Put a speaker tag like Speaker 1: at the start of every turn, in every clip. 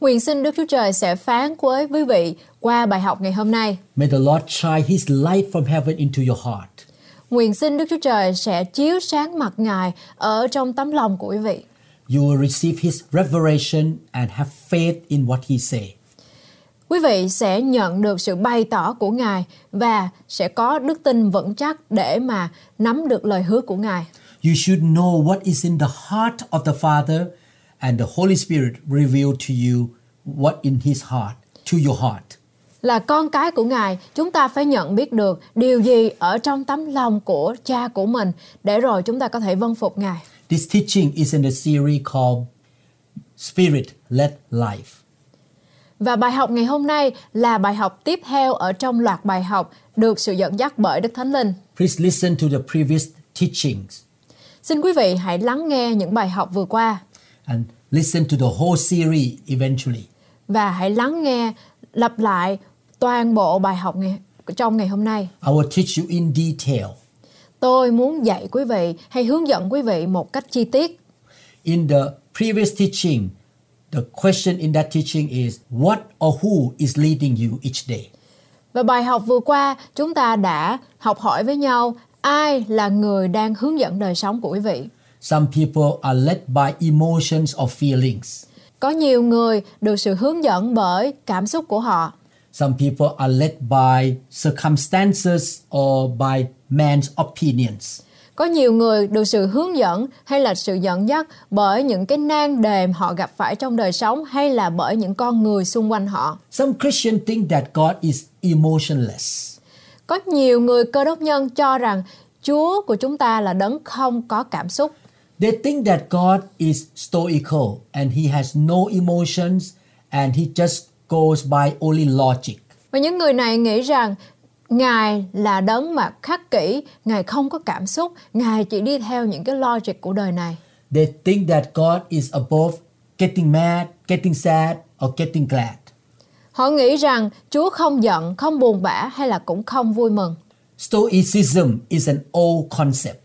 Speaker 1: Nguyện xin Đức Chúa Trời sẽ phán với quý vị qua bài học ngày hôm nay.
Speaker 2: May the Lord shine His light from heaven into your heart.
Speaker 1: Nguyện xin Đức Chúa Trời sẽ chiếu sáng mặt Ngài ở trong tấm lòng của quý vị.
Speaker 2: You will receive His revelation and have faith in what He say.
Speaker 1: Quý vị sẽ nhận được sự bày tỏ của Ngài và sẽ có đức tin vững chắc để mà nắm được lời hứa của Ngài.
Speaker 2: You should know what is in the heart of the Father, and the Holy Spirit reveal to you what in His heart to your heart.
Speaker 1: Là con cái của Ngài, chúng ta phải nhận biết được điều gì ở trong tấm lòng của cha của mình để rồi chúng ta có thể vâng phục Ngài.
Speaker 2: This teaching is in a series called Spirit-led Life.
Speaker 1: Và bài học ngày hôm nay là bài học tiếp theo ở trong loạt bài học được sự dẫn dắt bởi Đức Thánh Linh.
Speaker 2: Please listen to the previous teachings
Speaker 1: Xin quý vị hãy lắng nghe những bài học vừa qua
Speaker 2: and listen to the whole series eventually.
Speaker 1: và hãy lắng nghe lặp lại toàn bộ bài học ngày, trong ngày hôm nay.
Speaker 2: I will teach you in detail.
Speaker 1: Tôi muốn dạy quý vị hay hướng dẫn quý vị một cách chi tiết.
Speaker 2: In the previous teaching, the question in that teaching is what or who is leading you each day?
Speaker 1: Và bài học vừa qua chúng ta đã học hỏi với nhau ai là người đang hướng dẫn đời sống của quý vị.
Speaker 2: Some people are led by emotions or feelings.
Speaker 1: Có nhiều người được sự hướng dẫn bởi cảm xúc của họ.
Speaker 2: Some people are led by circumstances or by man's opinions.
Speaker 1: Có nhiều người được sự hướng dẫn hay là sự dẫn dắt bởi những cái nan đề họ gặp phải trong đời sống hay là bởi những con người xung quanh họ.
Speaker 2: Some Christians think that God is emotionless.
Speaker 1: Có nhiều người cơ đốc nhân cho rằng Chúa của chúng ta là đấng không có cảm xúc.
Speaker 2: They think that God is stoical and he has no emotions and he just goes by only logic.
Speaker 1: Và những người này nghĩ rằng Ngài là đấng mà khắc kỷ, Ngài không có cảm xúc, Ngài chỉ đi theo những cái logic của đời này.
Speaker 2: They think that God is above getting mad, getting sad, or getting glad.
Speaker 1: Họ nghĩ rằng Chúa không giận, không buồn bã hay là cũng không vui mừng.
Speaker 2: Stoicism is an old concept.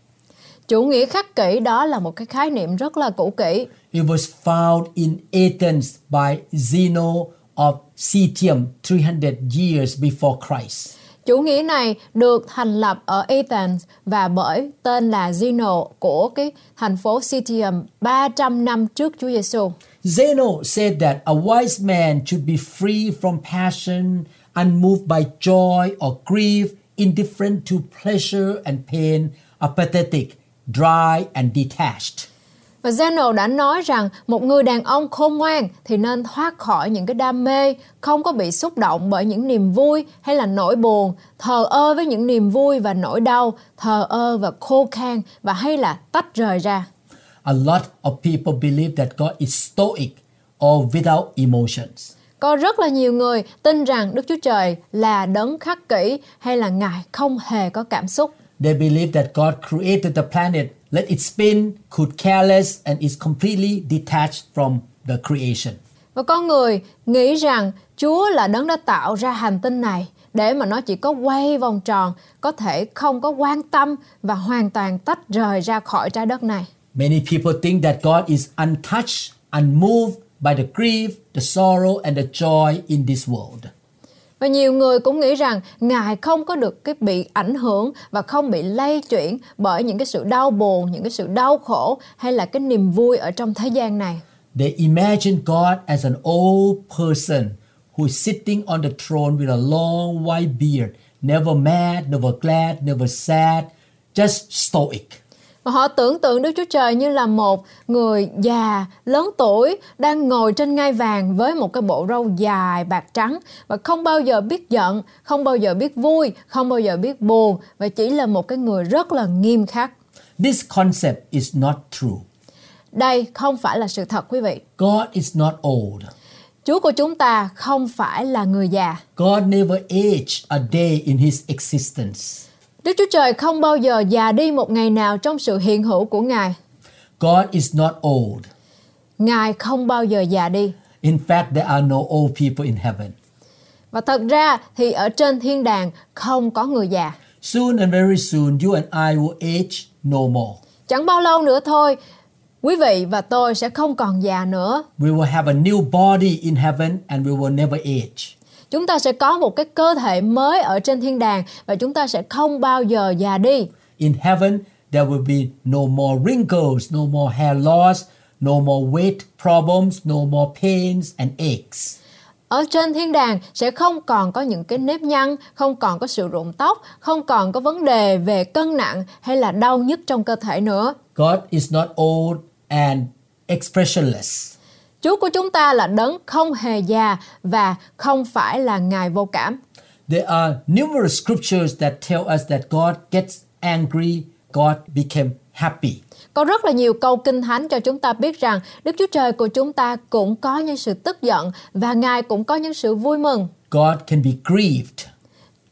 Speaker 1: Chủ nghĩa khắc kỷ đó là một cái khái niệm rất là cũ kỹ.
Speaker 2: It was found in Athens by Zeno of Citium 300 years before Christ.
Speaker 1: Chủ nghĩa này được thành lập ở Athens và bởi tên là Zeno của cái thành phố Citium 300 năm trước Chúa Giêsu.
Speaker 2: Zeno said that a wise man should be free from passion, unmoved by joy or grief, indifferent to pleasure and pain, apathetic, dry and detached.
Speaker 1: Và Zeno đã nói rằng một người đàn ông khôn ngoan thì nên thoát khỏi những cái đam mê, không có bị xúc động bởi những niềm vui hay là nỗi buồn, thờ ơ với những niềm vui và nỗi đau, thờ ơ và khô khan và hay là tách rời ra.
Speaker 2: A lot of people believe that God is stoic or without emotions.
Speaker 1: Có rất là nhiều người tin rằng Đức Chúa Trời là đấng khắc kỷ hay là Ngài không hề có cảm xúc.
Speaker 2: They believe that God created the planet, let it spin, could careless, and is completely detached from the creation.
Speaker 1: Và con người nghĩ rằng Chúa là đấng đã tạo ra hành tinh này để mà nó chỉ có quay vòng tròn, có thể không có quan tâm và hoàn toàn tách rời ra khỏi trái đất này.
Speaker 2: Many people think that God is untouched, unmoved by the grief, the sorrow, and the joy in this world.
Speaker 1: Và nhiều người cũng nghĩ rằng Ngài không có được cái bị ảnh hưởng và không bị lay chuyển bởi những cái sự đau buồn, những cái sự đau khổ hay là cái niềm vui ở trong thế gian này.
Speaker 2: They imagine God as an old person who is sitting on the throne with a long white beard, never mad, never glad, never sad, just stoic.
Speaker 1: Và họ tưởng tượng Đức Chúa Trời như là một người già, lớn tuổi, đang ngồi trên ngai vàng với một cái bộ râu dài, bạc trắng và không bao giờ biết giận, không bao giờ biết vui, không bao giờ biết buồn và chỉ là một cái người rất là nghiêm khắc.
Speaker 2: This concept is not true.
Speaker 1: Đây không phải là sự thật quý vị.
Speaker 2: God is not old.
Speaker 1: Chúa của chúng ta không phải là người già.
Speaker 2: God never aged a day in his existence.
Speaker 1: Đức Chúa Trời không bao giờ già đi một ngày nào trong sự hiện hữu của Ngài.
Speaker 2: God is not old.
Speaker 1: Ngài không bao giờ già đi.
Speaker 2: In fact, there are no old people in heaven.
Speaker 1: Và thật ra thì ở trên thiên đàng không có người già.
Speaker 2: Soon and very soon, you and I will age no more.
Speaker 1: Chẳng bao lâu nữa thôi, quý vị và tôi sẽ không còn già nữa.
Speaker 2: We will have a new body in heaven and we will never age.
Speaker 1: Chúng ta sẽ có một cái cơ thể mới ở trên thiên đàng và chúng ta sẽ không bao giờ già đi.
Speaker 2: In heaven, there will be no more wrinkles, no more hair loss, no more weight problems, no more pains and aches.
Speaker 1: Ở trên thiên đàng sẽ không còn có những cái nếp nhăn, không còn có sự rụng tóc, không còn có vấn đề về cân nặng hay là đau nhức trong cơ thể nữa.
Speaker 2: God is not old and expressionless.
Speaker 1: Chúa của chúng ta là đấng không hề già và không phải là Ngài vô cảm.
Speaker 2: There are numerous scriptures that tell us that God gets angry, God became happy.
Speaker 1: Có rất là nhiều câu kinh thánh cho chúng ta biết rằng Đức Chúa Trời của chúng ta cũng có những sự tức giận và Ngài cũng có những sự vui mừng.
Speaker 2: God can be grieved.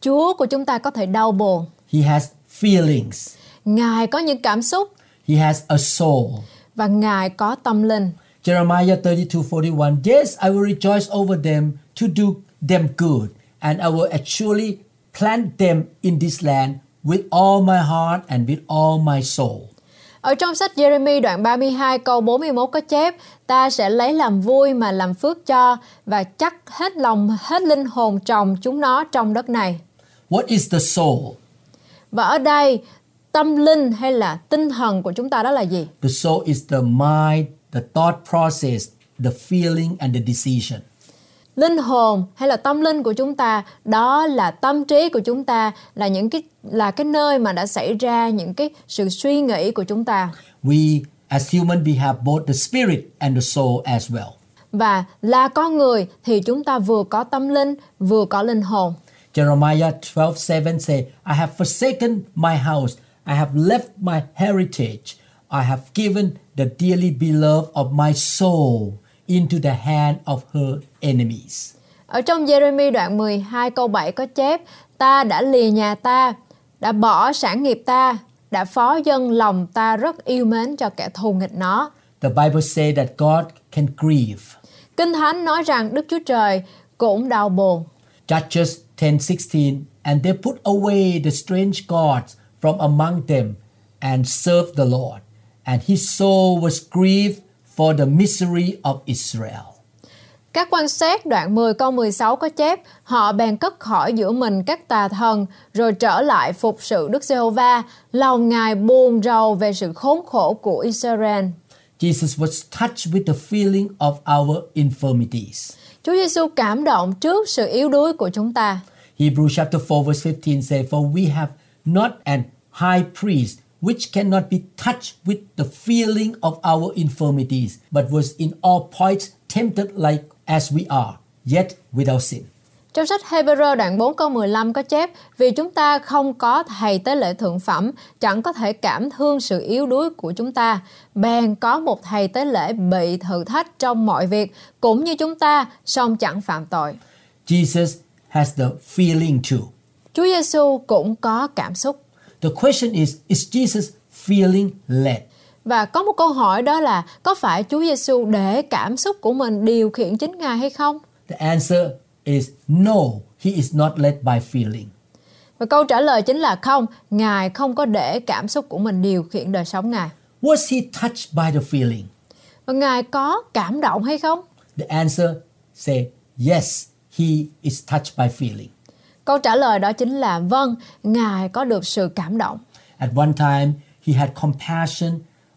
Speaker 1: Chúa của chúng ta có thể đau buồn,
Speaker 2: He has feelings.
Speaker 1: Ngài có những cảm xúc
Speaker 2: He has a soul.
Speaker 1: và Ngài có tâm linh.
Speaker 2: Jeremiah 32:41 Yes, I will rejoice over them to do them good, and I will actually plant them in this land with all my heart and with all my soul.
Speaker 1: Ở trong sách Jeremy đoạn 32 câu 41 có chép, ta sẽ lấy làm vui mà làm phước cho và chắc hết lòng hết linh hồn trồng chúng nó trong đất này.
Speaker 2: What is the soul?
Speaker 1: Và ở đây tâm linh hay là tinh thần của chúng ta đó là gì?
Speaker 2: The soul is the mind, the thought process, the feeling and the decision.
Speaker 1: Linh hồn hay là tâm linh của chúng ta, đó là tâm trí của chúng ta là những cái là cái nơi mà đã xảy ra những cái sự suy nghĩ của chúng ta.
Speaker 2: We as human we have both the spirit and the soul as well.
Speaker 1: Và là con người thì chúng ta vừa có tâm linh, vừa có linh hồn.
Speaker 2: Jeremiah 12 7 say, I have forsaken my house, I have left my heritage, I have given the dearly beloved of my soul into the hand of her enemies.
Speaker 1: Ở trong Jeremy đoạn 12 câu 7 có chép, ta đã lìa nhà ta, đã bỏ sản nghiệp ta, đã phó dân lòng ta rất yêu mến cho kẻ thù nghịch nó.
Speaker 2: The Bible says that God can grieve.
Speaker 1: Kinh Thánh nói rằng Đức Chúa Trời cũng đau buồn.
Speaker 2: Judges 10 16, and they put away the strange gods from among them and served the Lord. And his soul was grieved for the misery of Israel.
Speaker 1: Các quan sát đoạn 10 câu 16 có chép, họ bèn cất khỏi giữa mình các tà thần, rồi trở lại phục sự Đức Giê-hô-va, lòng Ngài buồn rầu về sự khốn khổ của Israel.
Speaker 2: Jesus was touched with the feeling of our infirmities.
Speaker 1: Chúa Giêsu cảm động trước sự yếu đuối của chúng ta.
Speaker 2: Hebrews chapter 4 verse 15 says, For we have not an high priest which cannot be touched with the feeling of our infirmities, but was in all points tempted like as we are, yet without sin.
Speaker 1: Trong sách Hebrew đoạn 4 câu 15 có chép Vì chúng ta không có thầy tế lễ thượng phẩm Chẳng có thể cảm thương sự yếu đuối của chúng ta Bèn có một thầy tế lễ bị thử thách trong mọi việc Cũng như chúng ta song chẳng phạm tội
Speaker 2: Jesus has the feeling too.
Speaker 1: Chúa Giêsu cũng có cảm xúc
Speaker 2: The question is, is Jesus feeling led?
Speaker 1: Và có một câu hỏi đó là Có phải Chúa Giêsu để cảm xúc của mình điều khiển chính Ngài hay không?
Speaker 2: The answer is no, he is not led by feeling.
Speaker 1: Và câu trả lời chính là không Ngài không có để cảm xúc của mình điều khiển đời sống Ngài
Speaker 2: Was he touched by the feeling?
Speaker 1: Và Ngài có cảm động hay không?
Speaker 2: The answer say yes, he is touched by feeling.
Speaker 1: Câu trả lời đó chính là vâng, Ngài có được sự cảm động.
Speaker 2: At one time, he had compassion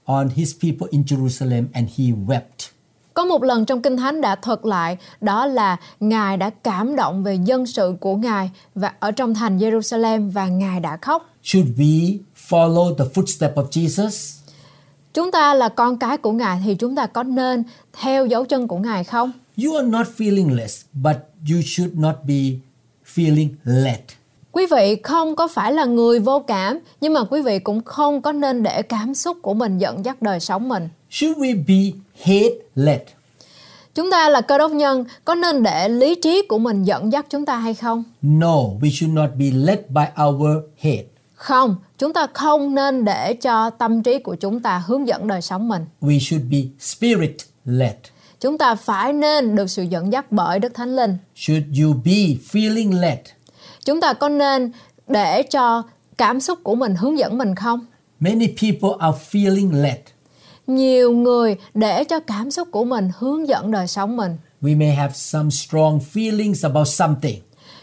Speaker 2: on his people in Jerusalem and he wept.
Speaker 1: Có một lần trong Kinh Thánh đã thuật lại đó là Ngài đã cảm động về dân sự của Ngài và ở trong thành Jerusalem và Ngài đã khóc.
Speaker 2: Should we follow the footstep of Jesus?
Speaker 1: Chúng ta là con cái của Ngài thì chúng ta có nên theo dấu chân của Ngài không?
Speaker 2: You are not feelingless, but you should not be feeling led.
Speaker 1: Quý vị không có phải là người vô cảm, nhưng mà quý vị cũng không có nên để cảm xúc của mình dẫn dắt đời sống mình.
Speaker 2: Should we be hate led?
Speaker 1: Chúng ta là cơ đốc nhân có nên để lý trí của mình dẫn dắt chúng ta hay không?
Speaker 2: No, we should not be led by our head.
Speaker 1: Không, chúng ta không nên để cho tâm trí của chúng ta hướng dẫn đời sống mình.
Speaker 2: We should be spirit led.
Speaker 1: Chúng ta phải nên được sự dẫn dắt bởi Đức Thánh Linh.
Speaker 2: Should you be feeling led?
Speaker 1: Chúng ta có nên để cho cảm xúc của mình hướng dẫn mình không?
Speaker 2: Many people are feeling led.
Speaker 1: Nhiều người để cho cảm xúc của mình hướng dẫn đời sống mình.
Speaker 2: We may have some strong feelings about something.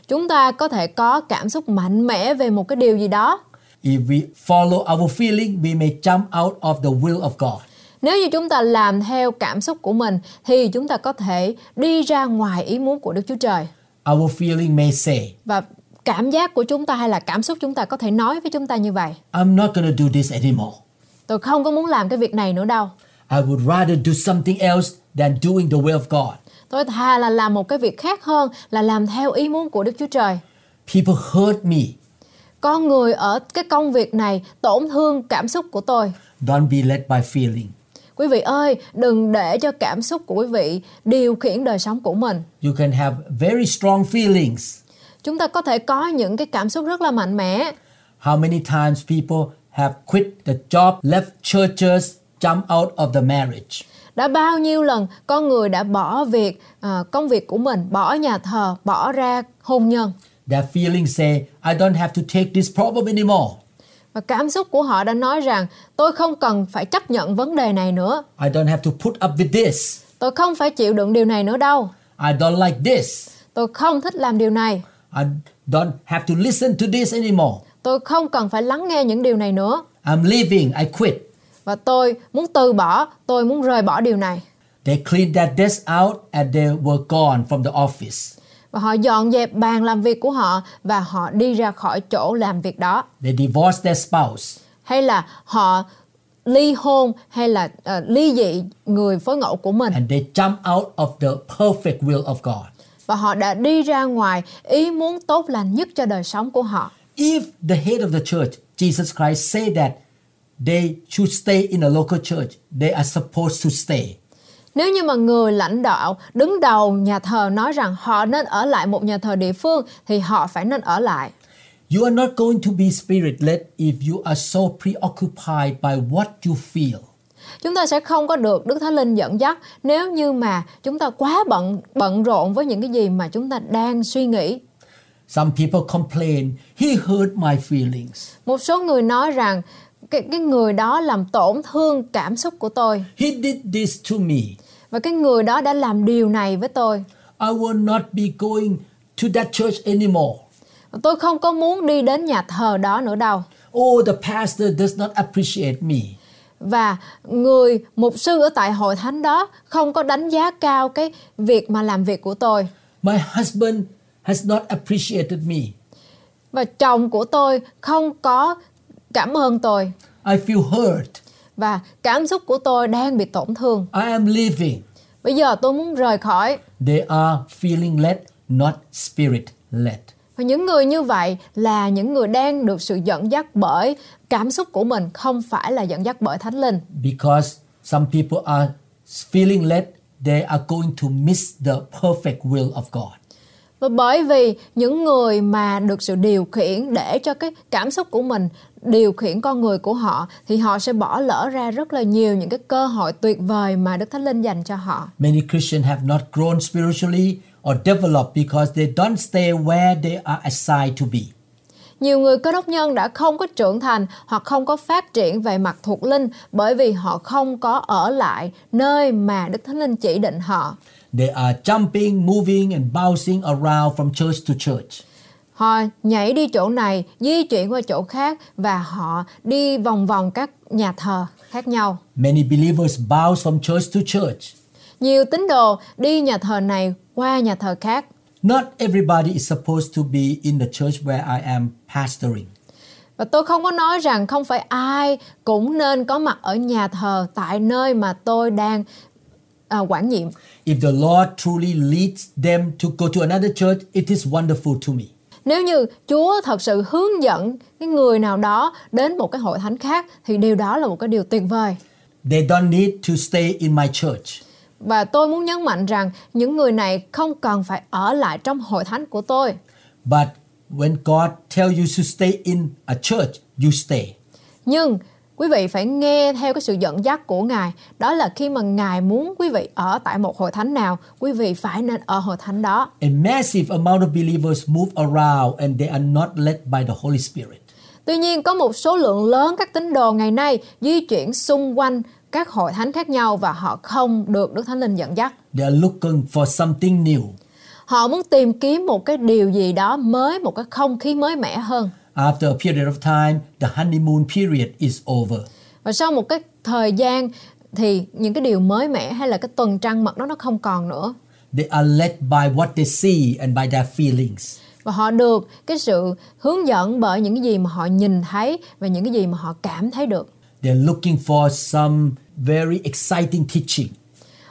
Speaker 1: Chúng ta có thể có cảm xúc mạnh mẽ về một cái điều gì đó.
Speaker 2: If we follow our feeling, we may jump out of the will of God.
Speaker 1: Nếu như chúng ta làm theo cảm xúc của mình thì chúng ta có thể đi ra ngoài ý muốn của Đức Chúa Trời.
Speaker 2: Our feeling may say,
Speaker 1: Và cảm giác của chúng ta hay là cảm xúc chúng ta có thể nói với chúng ta như vậy.
Speaker 2: I'm not going to do this anymore.
Speaker 1: Tôi không có muốn làm cái việc này nữa đâu.
Speaker 2: I would rather do something else than doing the will of God.
Speaker 1: Tôi thà là làm một cái việc khác hơn là làm theo ý muốn của Đức Chúa Trời.
Speaker 2: People hurt me.
Speaker 1: Con người ở cái công việc này tổn thương cảm xúc của tôi.
Speaker 2: Don't be led by feeling.
Speaker 1: Quý vị ơi, đừng để cho cảm xúc của quý vị điều khiển đời sống của mình.
Speaker 2: You can have very strong feelings.
Speaker 1: Chúng ta có thể có những cái cảm xúc rất là mạnh mẽ.
Speaker 2: How many times people have quit the job, left churches, jumped out of the marriage?
Speaker 1: Đã bao nhiêu lần con người đã bỏ việc, à, công việc của mình, bỏ nhà thờ, bỏ ra hôn nhân.
Speaker 2: Their feelings say, I don't have to take this problem anymore.
Speaker 1: Và cảm xúc của họ đã nói rằng tôi không cần phải chấp nhận vấn đề này nữa.
Speaker 2: I don't have to put up with this.
Speaker 1: Tôi không phải chịu đựng điều này nữa đâu.
Speaker 2: I don't like this.
Speaker 1: Tôi không thích làm điều này.
Speaker 2: I don't have to listen to this anymore.
Speaker 1: Tôi không cần phải lắng nghe những điều này nữa.
Speaker 2: I'm leaving. I quit.
Speaker 1: Và tôi muốn từ bỏ, tôi muốn rời bỏ điều này.
Speaker 2: They cleaned their desk out and they were gone from the office.
Speaker 1: Và họ dọn dẹp bàn làm việc của họ và họ đi ra khỏi chỗ làm việc đó.
Speaker 2: They divorced their spouse.
Speaker 1: Hay là họ ly hôn hay là ờ, ly dị người phối ngẫu của mình.
Speaker 2: And they jumped out of the perfect will of God.
Speaker 1: Và họ đã đi ra ngoài ý muốn tốt lành nhất cho đời sống của họ.
Speaker 2: If the head of the church, Jesus Christ, say that they should stay in a local church, they are supposed to stay.
Speaker 1: Nếu như mà người lãnh đạo đứng đầu nhà thờ nói rằng họ nên ở lại một nhà thờ địa phương thì họ phải nên ở lại.
Speaker 2: You are not going to be spirit led if you are so preoccupied by what you feel.
Speaker 1: Chúng ta sẽ không có được Đức Thánh Linh dẫn dắt nếu như mà chúng ta quá bận bận rộn với những cái gì mà chúng ta đang suy nghĩ.
Speaker 2: Some people complain, he hurt my feelings.
Speaker 1: Một số người nói rằng cái cái người đó làm tổn thương cảm xúc của tôi
Speaker 2: He did this to me.
Speaker 1: và cái người đó đã làm điều này với tôi.
Speaker 2: I will not be going to that church anymore.
Speaker 1: Tôi không có muốn đi đến nhà thờ đó nữa đâu.
Speaker 2: Oh, the pastor does not appreciate me.
Speaker 1: Và người mục sư ở tại hội thánh đó không có đánh giá cao cái việc mà làm việc của tôi.
Speaker 2: My husband has not appreciated me.
Speaker 1: Và chồng của tôi không có cảm ơn tôi
Speaker 2: I feel hurt.
Speaker 1: và cảm xúc của tôi đang bị tổn thương.
Speaker 2: I am leaving.
Speaker 1: Bây giờ tôi muốn rời khỏi.
Speaker 2: They are feeling led, not spirit led.
Speaker 1: Và những người như vậy là những người đang được sự dẫn dắt bởi cảm xúc của mình không phải là dẫn dắt bởi Thánh Linh.
Speaker 2: Because some people are feeling led, they are going to miss the perfect will of God.
Speaker 1: Và bởi vì những người mà được sự điều khiển để cho cái cảm xúc của mình điều khiển con người của họ thì họ sẽ bỏ lỡ ra rất là nhiều những cái cơ hội tuyệt vời mà Đức Thánh Linh dành cho họ.
Speaker 2: Many Christians have not grown spiritually or developed because they don't stay where they are assigned to be.
Speaker 1: Nhiều người cơ đốc nhân đã không có trưởng thành hoặc không có phát triển về mặt thuộc linh bởi vì họ không có ở lại nơi mà Đức Thánh Linh chỉ định họ.
Speaker 2: They are jumping, moving, and bouncing around from church to church.
Speaker 1: Họ nhảy đi chỗ này, di chuyển qua chỗ khác và họ đi vòng vòng các nhà thờ khác nhau.
Speaker 2: Many believers bounce from church to church.
Speaker 1: Nhiều tín đồ đi nhà thờ này qua nhà thờ khác.
Speaker 2: Not everybody is supposed to be in the church where I am pastoring.
Speaker 1: Và tôi không có nói rằng không phải ai cũng nên có mặt ở nhà thờ tại nơi mà tôi đang à, quản nhiệm.
Speaker 2: If the Lord truly leads them to go to another church, it is wonderful to me.
Speaker 1: Nếu như Chúa thật sự hướng dẫn cái người nào đó đến một cái hội thánh khác thì điều đó là một cái điều tuyệt vời.
Speaker 2: They don't need to stay in my church.
Speaker 1: Và tôi muốn nhấn mạnh rằng những người này không cần phải ở lại trong hội thánh của tôi.
Speaker 2: But when God tells you to stay in a church, you stay.
Speaker 1: Nhưng quý vị phải nghe theo cái sự dẫn dắt của Ngài. Đó là khi mà Ngài muốn quý vị ở tại một hội thánh nào, quý vị phải nên ở hội thánh đó.
Speaker 2: A massive amount of believers move around and they are not led by the Holy Spirit.
Speaker 1: Tuy nhiên có một số lượng lớn các tín đồ ngày nay di chuyển xung quanh các hội thánh khác nhau và họ không được Đức Thánh Linh dẫn dắt.
Speaker 2: They are looking for something new.
Speaker 1: Họ muốn tìm kiếm một cái điều gì đó mới, một cái không khí mới mẻ hơn.
Speaker 2: After a period of time, the honeymoon period is over.
Speaker 1: Và sau một cái thời gian thì những cái điều mới mẻ hay là cái tuần trăng mật đó nó không còn nữa.
Speaker 2: They are led by what they see and by their feelings.
Speaker 1: Và họ được cái sự hướng dẫn bởi những cái gì mà họ nhìn thấy và những cái gì mà họ cảm thấy được.
Speaker 2: They're looking for some very exciting teaching.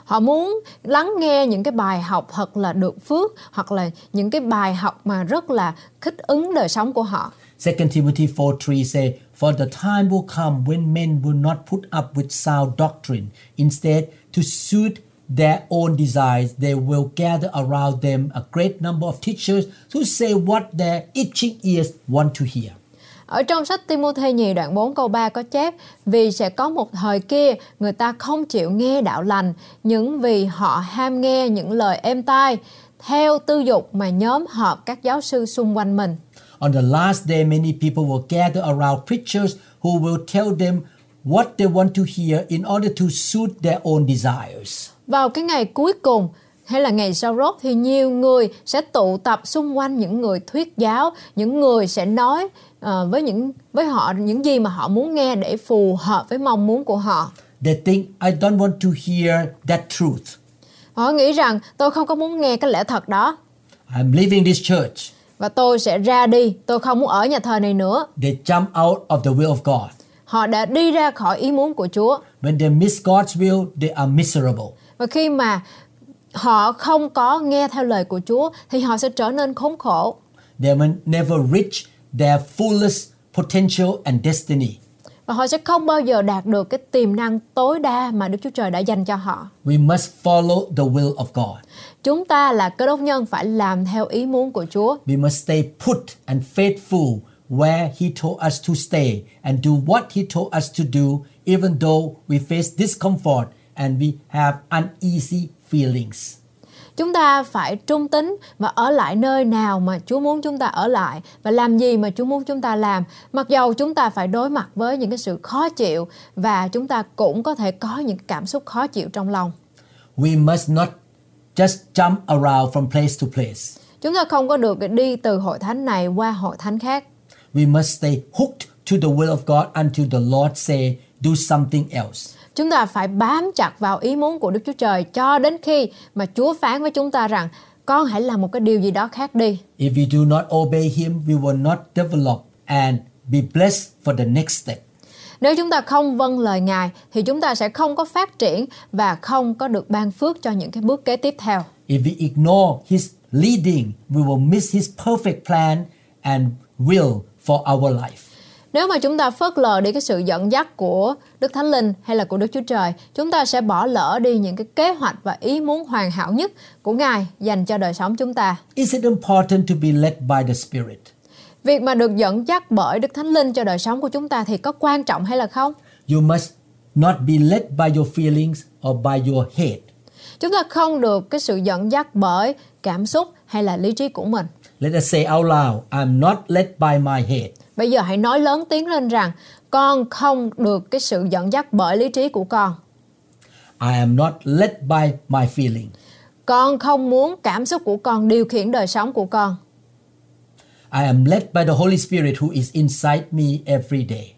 Speaker 1: Họ muốn lắng nghe những cái bài học thật là được phước hoặc là những cái bài học mà rất là kích ứng đời sống của họ.
Speaker 2: 2 Timothy 4:3 say, "For the time will come when men will not put up with sound doctrine; instead, to suit their own desires, they will gather around them a great number of teachers who say what their itching ears want to hear."
Speaker 1: Ở trong sách Timôthê nhì đoạn 4 câu 3 có chép Vì sẽ có một thời kia người ta không chịu nghe đạo lành Những vì họ ham nghe những lời êm tai Theo tư dục mà nhóm họp các giáo sư xung quanh mình
Speaker 2: On the last day, many people will gather around preachers who will tell them what they want to hear in order to suit their own desires.
Speaker 1: Vào cái ngày cuối cùng hay là ngày sau rốt thì nhiều người sẽ tụ tập xung quanh những người thuyết giáo, những người sẽ nói ờ, với những với họ những gì mà họ muốn nghe để phù hợp với mong muốn của họ.
Speaker 2: They think, I don't want to hear that truth.
Speaker 1: Họ nghĩ rằng tôi không có muốn nghe cái lẽ thật đó
Speaker 2: I'm leaving this church.
Speaker 1: và tôi sẽ ra đi, tôi không muốn ở nhà thờ này nữa.
Speaker 2: They jump out of the will of God.
Speaker 1: Họ đã đi ra khỏi ý muốn của Chúa.
Speaker 2: When they miss God's will, they are miserable.
Speaker 1: Và khi mà họ không có nghe theo lời của Chúa thì họ sẽ trở nên khốn khổ.
Speaker 2: They will never reach their fullest potential and destiny.
Speaker 1: Và họ sẽ không bao giờ đạt được cái tiềm năng tối đa mà Đức Chúa Trời đã dành cho họ.
Speaker 2: We must follow the will of God.
Speaker 1: Chúng ta là cơ đốc nhân phải làm theo ý muốn của Chúa.
Speaker 2: We must stay put and faithful where He told us to stay and do what He told us to do, even though we face discomfort and we have uneasy feelings.
Speaker 1: Chúng ta phải trung tín và ở lại nơi nào mà Chúa muốn chúng ta ở lại và làm gì mà Chúa muốn chúng ta làm. Mặc dầu chúng ta phải đối mặt với những cái sự khó chịu và chúng ta cũng có thể có những cảm xúc khó chịu trong lòng.
Speaker 2: We must not just jump around from place to place.
Speaker 1: Chúng ta không có được đi từ hội thánh này qua hội thánh khác.
Speaker 2: We must stay hooked to the will of God until the Lord say, do something else.
Speaker 1: Chúng ta phải bám chặt vào ý muốn của Đức Chúa Trời cho đến khi mà Chúa phán với chúng ta rằng con hãy làm một cái điều gì đó khác đi.
Speaker 2: If we do not obey Him, we will not develop and be blessed for the next step.
Speaker 1: Nếu chúng ta không vâng lời Ngài thì chúng ta sẽ không có phát triển và không có được ban phước cho những cái bước kế tiếp theo.
Speaker 2: If we ignore His leading, we will miss His perfect plan and will for our life.
Speaker 1: Nếu mà chúng ta phớt lờ đi cái sự dẫn dắt của Đức Thánh Linh hay là của Đức Chúa Trời, chúng ta sẽ bỏ lỡ đi những cái kế hoạch và ý muốn hoàn hảo nhất của Ngài dành cho đời sống chúng ta.
Speaker 2: Is it important to be led by the Spirit?
Speaker 1: Việc mà được dẫn dắt bởi Đức Thánh Linh cho đời sống của chúng ta thì có quan trọng hay là không?
Speaker 2: You must not be led by your feelings or by your head.
Speaker 1: Chúng ta không được cái sự dẫn dắt bởi cảm xúc hay là lý trí của mình.
Speaker 2: Let us say out loud, I'm not led by my head.
Speaker 1: Bây giờ hãy nói lớn tiếng lên rằng con không được cái sự dẫn dắt bởi lý trí của con.
Speaker 2: I am not led by my feeling.
Speaker 1: Con không muốn cảm xúc của con điều khiển đời sống của con.
Speaker 2: I am led by the Holy Spirit who is inside me every day.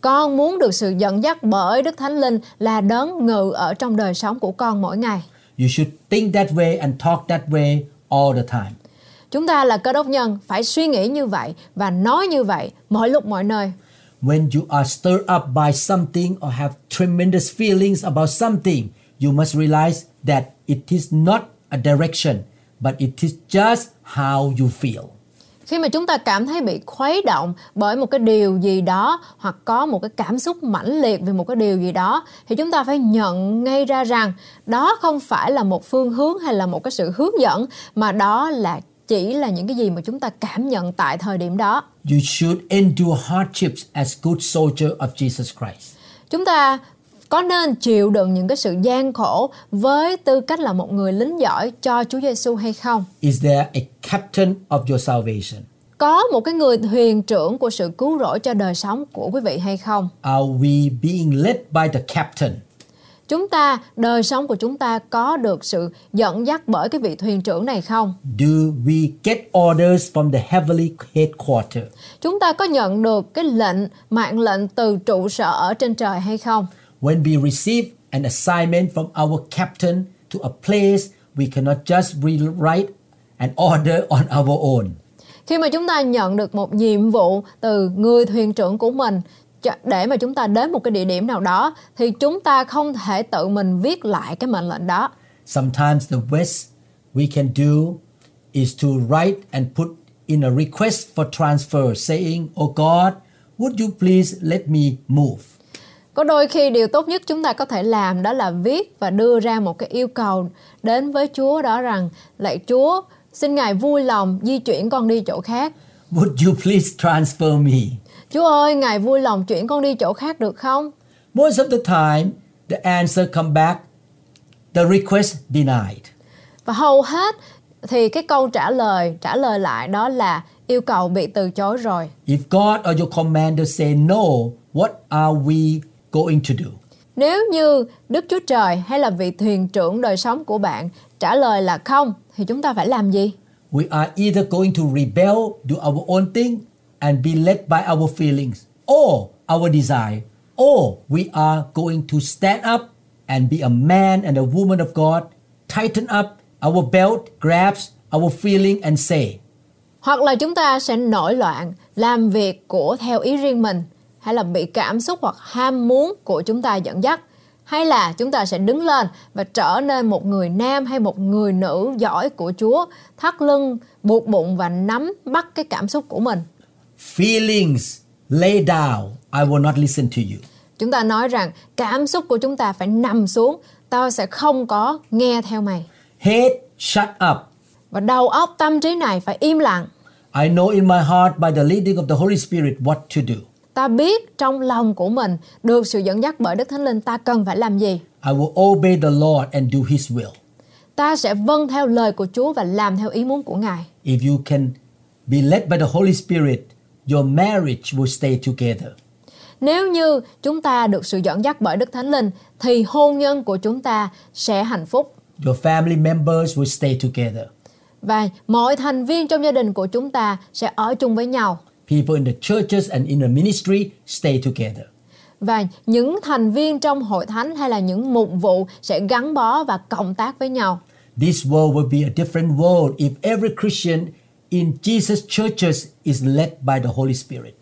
Speaker 1: Con muốn được sự dẫn dắt bởi Đức Thánh Linh là đấng ngự ở trong đời sống của con mỗi ngày.
Speaker 2: You should think that way and talk that way all the time.
Speaker 1: Chúng ta là cơ đốc nhân phải suy nghĩ như vậy và nói như vậy mọi lúc mọi nơi.
Speaker 2: When you are stirred up by something or have tremendous feelings about something, you must realize that it is not a direction, but it is just how you feel.
Speaker 1: khi mà chúng ta cảm thấy bị khuấy động bởi một cái điều gì đó hoặc có một cái cảm xúc mãnh liệt về một cái điều gì đó thì chúng ta phải nhận ngay ra rằng đó không phải là một phương hướng hay là một cái sự hướng dẫn mà đó là chỉ là những cái gì mà chúng ta cảm nhận tại thời điểm đó
Speaker 2: You should endure hardships as good soldier of Jesus Christ.
Speaker 1: chúng ta có nên chịu đựng những cái sự gian khổ với tư cách là một người lính giỏi cho Chúa Giêsu hay không?
Speaker 2: Is there a captain of your salvation?
Speaker 1: Có một cái người thuyền trưởng của sự cứu rỗi cho đời sống của quý vị hay không?
Speaker 2: Are we being led by the captain?
Speaker 1: Chúng ta, đời sống của chúng ta có được sự dẫn dắt bởi cái vị thuyền trưởng này không?
Speaker 2: Do we get orders from the heavenly headquarter?
Speaker 1: Chúng ta có nhận được cái lệnh, mạng lệnh từ trụ sở ở trên trời hay không?
Speaker 2: When we receive an assignment from our captain to a place, we cannot just rewrite an order on our own.
Speaker 1: Khi mà chúng ta nhận được một nhiệm vụ từ người thuyền trưởng của mình cho- để mà chúng ta đến một cái địa điểm nào đó thì chúng ta không thể tự mình viết lại cái mệnh lệnh đó.
Speaker 2: Sometimes the best we can do is to write and put in a request for transfer saying, Oh God, would you please let me move?
Speaker 1: Có đôi khi điều tốt nhất chúng ta có thể làm đó là viết và đưa ra một cái yêu cầu đến với Chúa đó rằng lạy Chúa xin Ngài vui lòng di chuyển con đi chỗ khác.
Speaker 2: Would you please transfer me?
Speaker 1: Chúa ơi, Ngài vui lòng chuyển con đi chỗ khác được không?
Speaker 2: Most of the time, the answer come back, the request denied.
Speaker 1: Và hầu hết thì cái câu trả lời trả lời lại đó là yêu cầu bị từ chối rồi.
Speaker 2: If God or your commander say no, what are we going to do?
Speaker 1: Nếu như Đức Chúa Trời hay là vị thuyền trưởng đời sống của bạn trả lời là không thì chúng ta phải làm gì?
Speaker 2: We are either going to rebel, do our own thing, and be led by our feelings or our desire, or we are going to stand up and be a man and a woman of God, tighten up our belt, grasp our feeling, and say,
Speaker 1: Hoặc là chúng ta sẽ nổi loạn, làm việc của theo ý riêng mình, hay là bị cảm xúc hoặc ham muốn của chúng ta dẫn dắt. Hay là chúng ta sẽ đứng lên và trở nên một người nam hay một người nữ giỏi của Chúa, thắt lưng, buộc bụng và nắm bắt cái cảm xúc của mình.
Speaker 2: Feelings, lay down, I will not listen to you.
Speaker 1: Chúng ta nói rằng cảm xúc của chúng ta phải nằm xuống, tao sẽ không có nghe theo mày.
Speaker 2: Head, shut up.
Speaker 1: Và đầu óc tâm trí này phải im lặng.
Speaker 2: I know in my heart by the leading of the Holy Spirit what to do.
Speaker 1: Ta biết trong lòng của mình được sự dẫn dắt bởi Đức Thánh Linh ta cần phải làm gì.
Speaker 2: I will obey the Lord and do His will.
Speaker 1: ta sẽ vâng theo lời của Chúa và làm theo ý muốn của Ngài.
Speaker 2: If you can be led by the Holy Spirit, your marriage will stay together.
Speaker 1: Nếu như chúng ta được sự dẫn dắt bởi Đức Thánh Linh thì hôn nhân của chúng ta sẽ hạnh phúc
Speaker 2: Your family members will stay together.
Speaker 1: và mọi thành viên trong gia đình của chúng ta sẽ ở chung với nhau
Speaker 2: People in the churches and in the ministry stay together.
Speaker 1: và những thành viên trong hội thánh hay là những mục vụ sẽ gắn bó và cộng tác với nhau.
Speaker 2: This world will be a different world if every Christian in Jesus' churches is led by the Holy Spirit.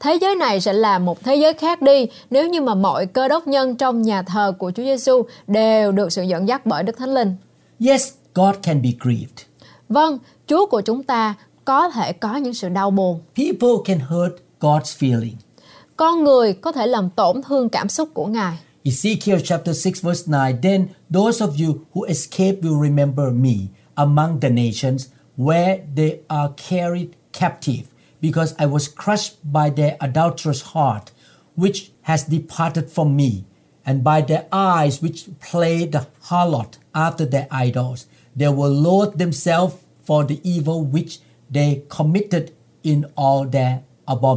Speaker 1: Thế giới này sẽ là một thế giới khác đi nếu như mà mọi cơ đốc nhân trong nhà thờ của Chúa Giêsu đều được sự dẫn dắt bởi Đức Thánh Linh.
Speaker 2: Yes, God can be grieved.
Speaker 1: Vâng, Chúa của chúng ta có thể có những sự đau buồn.
Speaker 2: People can hurt God's feeling.
Speaker 1: Con người có thể làm tổn thương cảm xúc của Ngài.
Speaker 2: Ezekiel chapter 6 verse 9 Then those of you who escape will remember me among the nations where they are carried captive because I was crushed by their adulterous heart which has departed from me and by their eyes which played the harlot after their idols they will loathe themselves for the evil which they committed in all their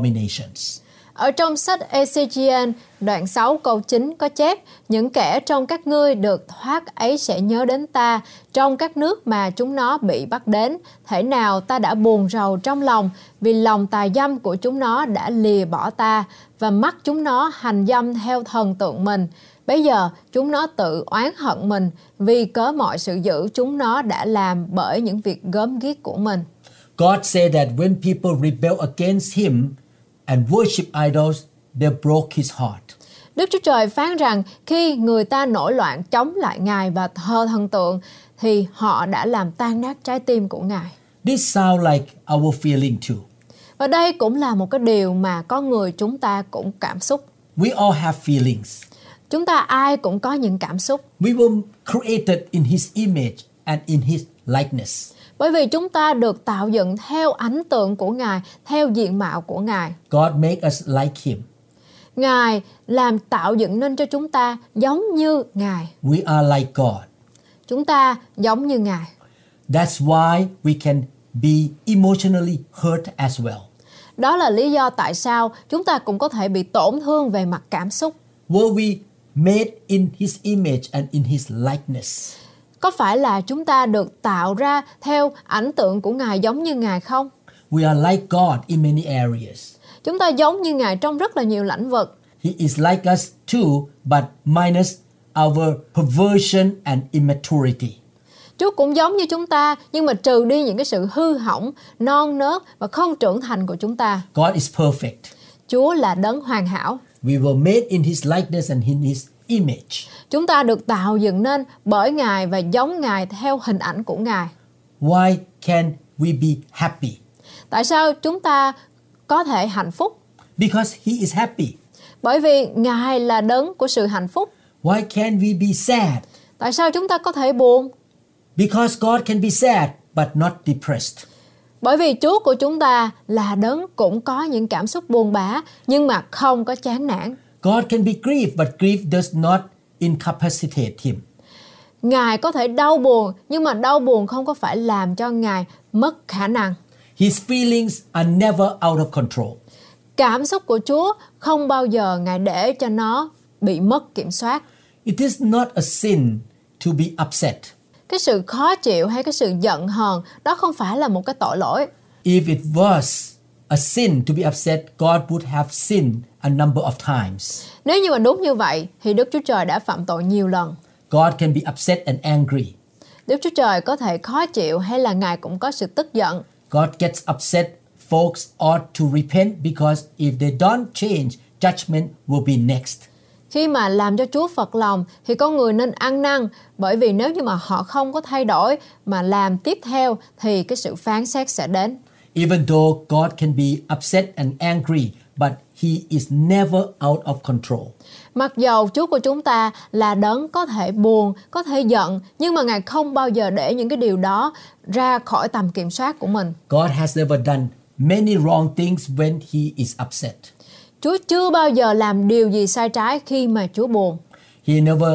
Speaker 2: abominations
Speaker 1: Ở trong sách Ezechiel đoạn 6 câu 9 có chép Những kẻ trong các ngươi được thoát ấy sẽ nhớ đến ta trong các nước mà chúng nó bị bắt đến. Thể nào ta đã buồn rầu trong lòng vì lòng tà dâm của chúng nó đã lìa bỏ ta và mắt chúng nó hành dâm theo thần tượng mình. Bây giờ chúng nó tự oán hận mình vì cớ mọi sự dữ chúng nó đã làm bởi những việc gớm ghiếc của mình.
Speaker 2: God said that when people rebel against him and worship idols, they broke his heart.
Speaker 1: Đức Chúa Trời phán rằng khi người ta nổi loạn chống lại Ngài và thờ thần tượng thì họ đã làm tan nát trái tim của Ngài.
Speaker 2: This sounds like our feeling too.
Speaker 1: Và đây cũng là một cái điều mà có người chúng ta cũng cảm xúc.
Speaker 2: We all have feelings.
Speaker 1: Chúng ta ai cũng có những cảm xúc.
Speaker 2: We were created in His image and in His likeness.
Speaker 1: Bởi vì chúng ta được tạo dựng theo ảnh tượng của Ngài, theo diện mạo của Ngài.
Speaker 2: God made us like Him.
Speaker 1: Ngài làm tạo dựng nên cho chúng ta giống như Ngài.
Speaker 2: We are like God.
Speaker 1: Chúng ta giống như Ngài.
Speaker 2: That's why we can be emotionally hurt as well.
Speaker 1: Đó là lý do tại sao chúng ta cũng có thể bị tổn thương về mặt cảm xúc.
Speaker 2: Were we made in His image and in His likeness?
Speaker 1: Có phải là chúng ta được tạo ra theo ảnh tượng của Ngài giống như Ngài không?
Speaker 2: We are like God in many areas.
Speaker 1: Chúng ta giống như Ngài trong rất là nhiều lĩnh vực.
Speaker 2: He is like us too, but minus our perversion and immaturity.
Speaker 1: Chúa cũng giống như chúng ta, nhưng mà trừ đi những cái sự hư hỏng, non nớt và không trưởng thành của chúng ta.
Speaker 2: God is perfect.
Speaker 1: Chúa là đấng hoàn hảo.
Speaker 2: We were made in His likeness and in His image.
Speaker 1: Chúng ta được tạo dựng nên bởi Ngài và giống Ngài theo hình ảnh của Ngài.
Speaker 2: Why can we be happy?
Speaker 1: Tại sao chúng ta có thể hạnh phúc?
Speaker 2: Because He is happy.
Speaker 1: Bởi vì Ngài là đấng của sự hạnh phúc.
Speaker 2: Why can we be sad?
Speaker 1: Tại sao chúng ta có thể buồn?
Speaker 2: Because God can be sad but not depressed.
Speaker 1: Bởi vì Chúa của chúng ta là đấng cũng có những cảm xúc buồn bã nhưng mà không có chán nản.
Speaker 2: God can be grieved, but grief does not incapacitate him.
Speaker 1: Ngài có thể đau buồn nhưng mà đau buồn không có phải làm cho Ngài mất khả năng.
Speaker 2: His feelings are never out of control.
Speaker 1: Cảm xúc của Chúa không bao giờ Ngài để cho nó bị mất kiểm soát.
Speaker 2: It is not a sin to be upset.
Speaker 1: Cái sự khó chịu hay cái sự giận hờn đó không phải là một cái tội lỗi.
Speaker 2: If it was a sin to be upset, God would have sinned a number of times.
Speaker 1: Nếu như mà đúng như vậy thì Đức Chúa Trời đã phạm tội nhiều lần.
Speaker 2: God can be upset and angry.
Speaker 1: Đức Chúa Trời có thể khó chịu hay là Ngài cũng có sự tức giận.
Speaker 2: God gets upset. Folks ought to repent because if they don't change, judgment will be next.
Speaker 1: Khi mà làm cho Chúa Phật lòng thì con người nên ăn năn bởi vì nếu như mà họ không có thay đổi mà làm tiếp theo thì cái sự phán xét sẽ đến.
Speaker 2: Even though God can be upset and angry, but he is never out of control.
Speaker 1: Mặc dầu Chúa của chúng ta là đấng có thể buồn, có thể giận nhưng mà Ngài không bao giờ để những cái điều đó ra khỏi tầm kiểm soát của mình.
Speaker 2: God has never done many wrong things when he is upset.
Speaker 1: Chúa chưa bao giờ làm điều gì sai trái khi mà Chúa buồn.
Speaker 2: He never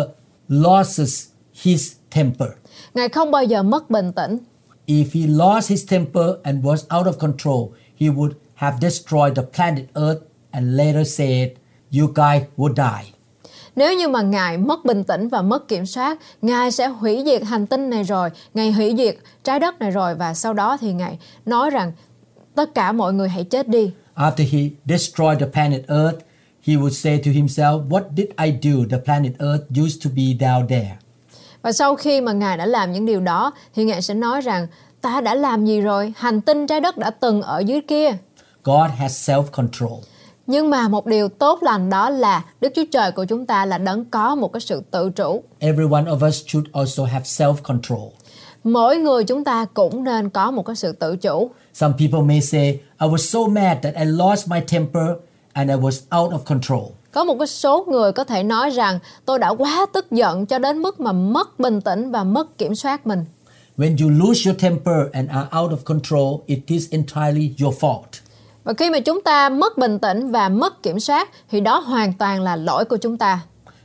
Speaker 2: loses his temper.
Speaker 1: Ngài không bao giờ mất bình tĩnh.
Speaker 2: If he lost his temper and was out of control, he would have destroyed the planet Earth and later said, You guys will die.
Speaker 1: Nếu như mà Ngài mất bình tĩnh và mất kiểm soát, Ngài sẽ hủy diệt hành tinh này rồi, Ngài hủy diệt trái đất này rồi và sau đó thì Ngài nói rằng tất cả mọi người hãy chết đi.
Speaker 2: After he destroyed the planet Earth, he would say to himself, What did I do? The planet Earth used to be down there.
Speaker 1: Và sau khi mà Ngài đã làm những điều đó thì Ngài sẽ nói rằng ta đã làm gì rồi, hành tinh trái đất đã từng ở dưới kia.
Speaker 2: God has self control.
Speaker 1: Nhưng mà một điều tốt lành đó là Đức Chúa Trời của chúng ta là đấng có một cái sự tự chủ.
Speaker 2: Every one of us should also have self control.
Speaker 1: Mỗi người chúng ta cũng nên có một cái sự tự chủ.
Speaker 2: Some people may say, I was so mad that I lost my temper and I was out of control.
Speaker 1: Có một cái số người có thể nói rằng tôi đã quá tức giận cho đến mức mà mất bình tĩnh và mất kiểm soát mình.
Speaker 2: When you lose your temper and are out of control, it is entirely your fault.
Speaker 1: Và khi mà chúng ta mất bình tĩnh và mất kiểm soát thì đó hoàn toàn là lỗi của chúng ta.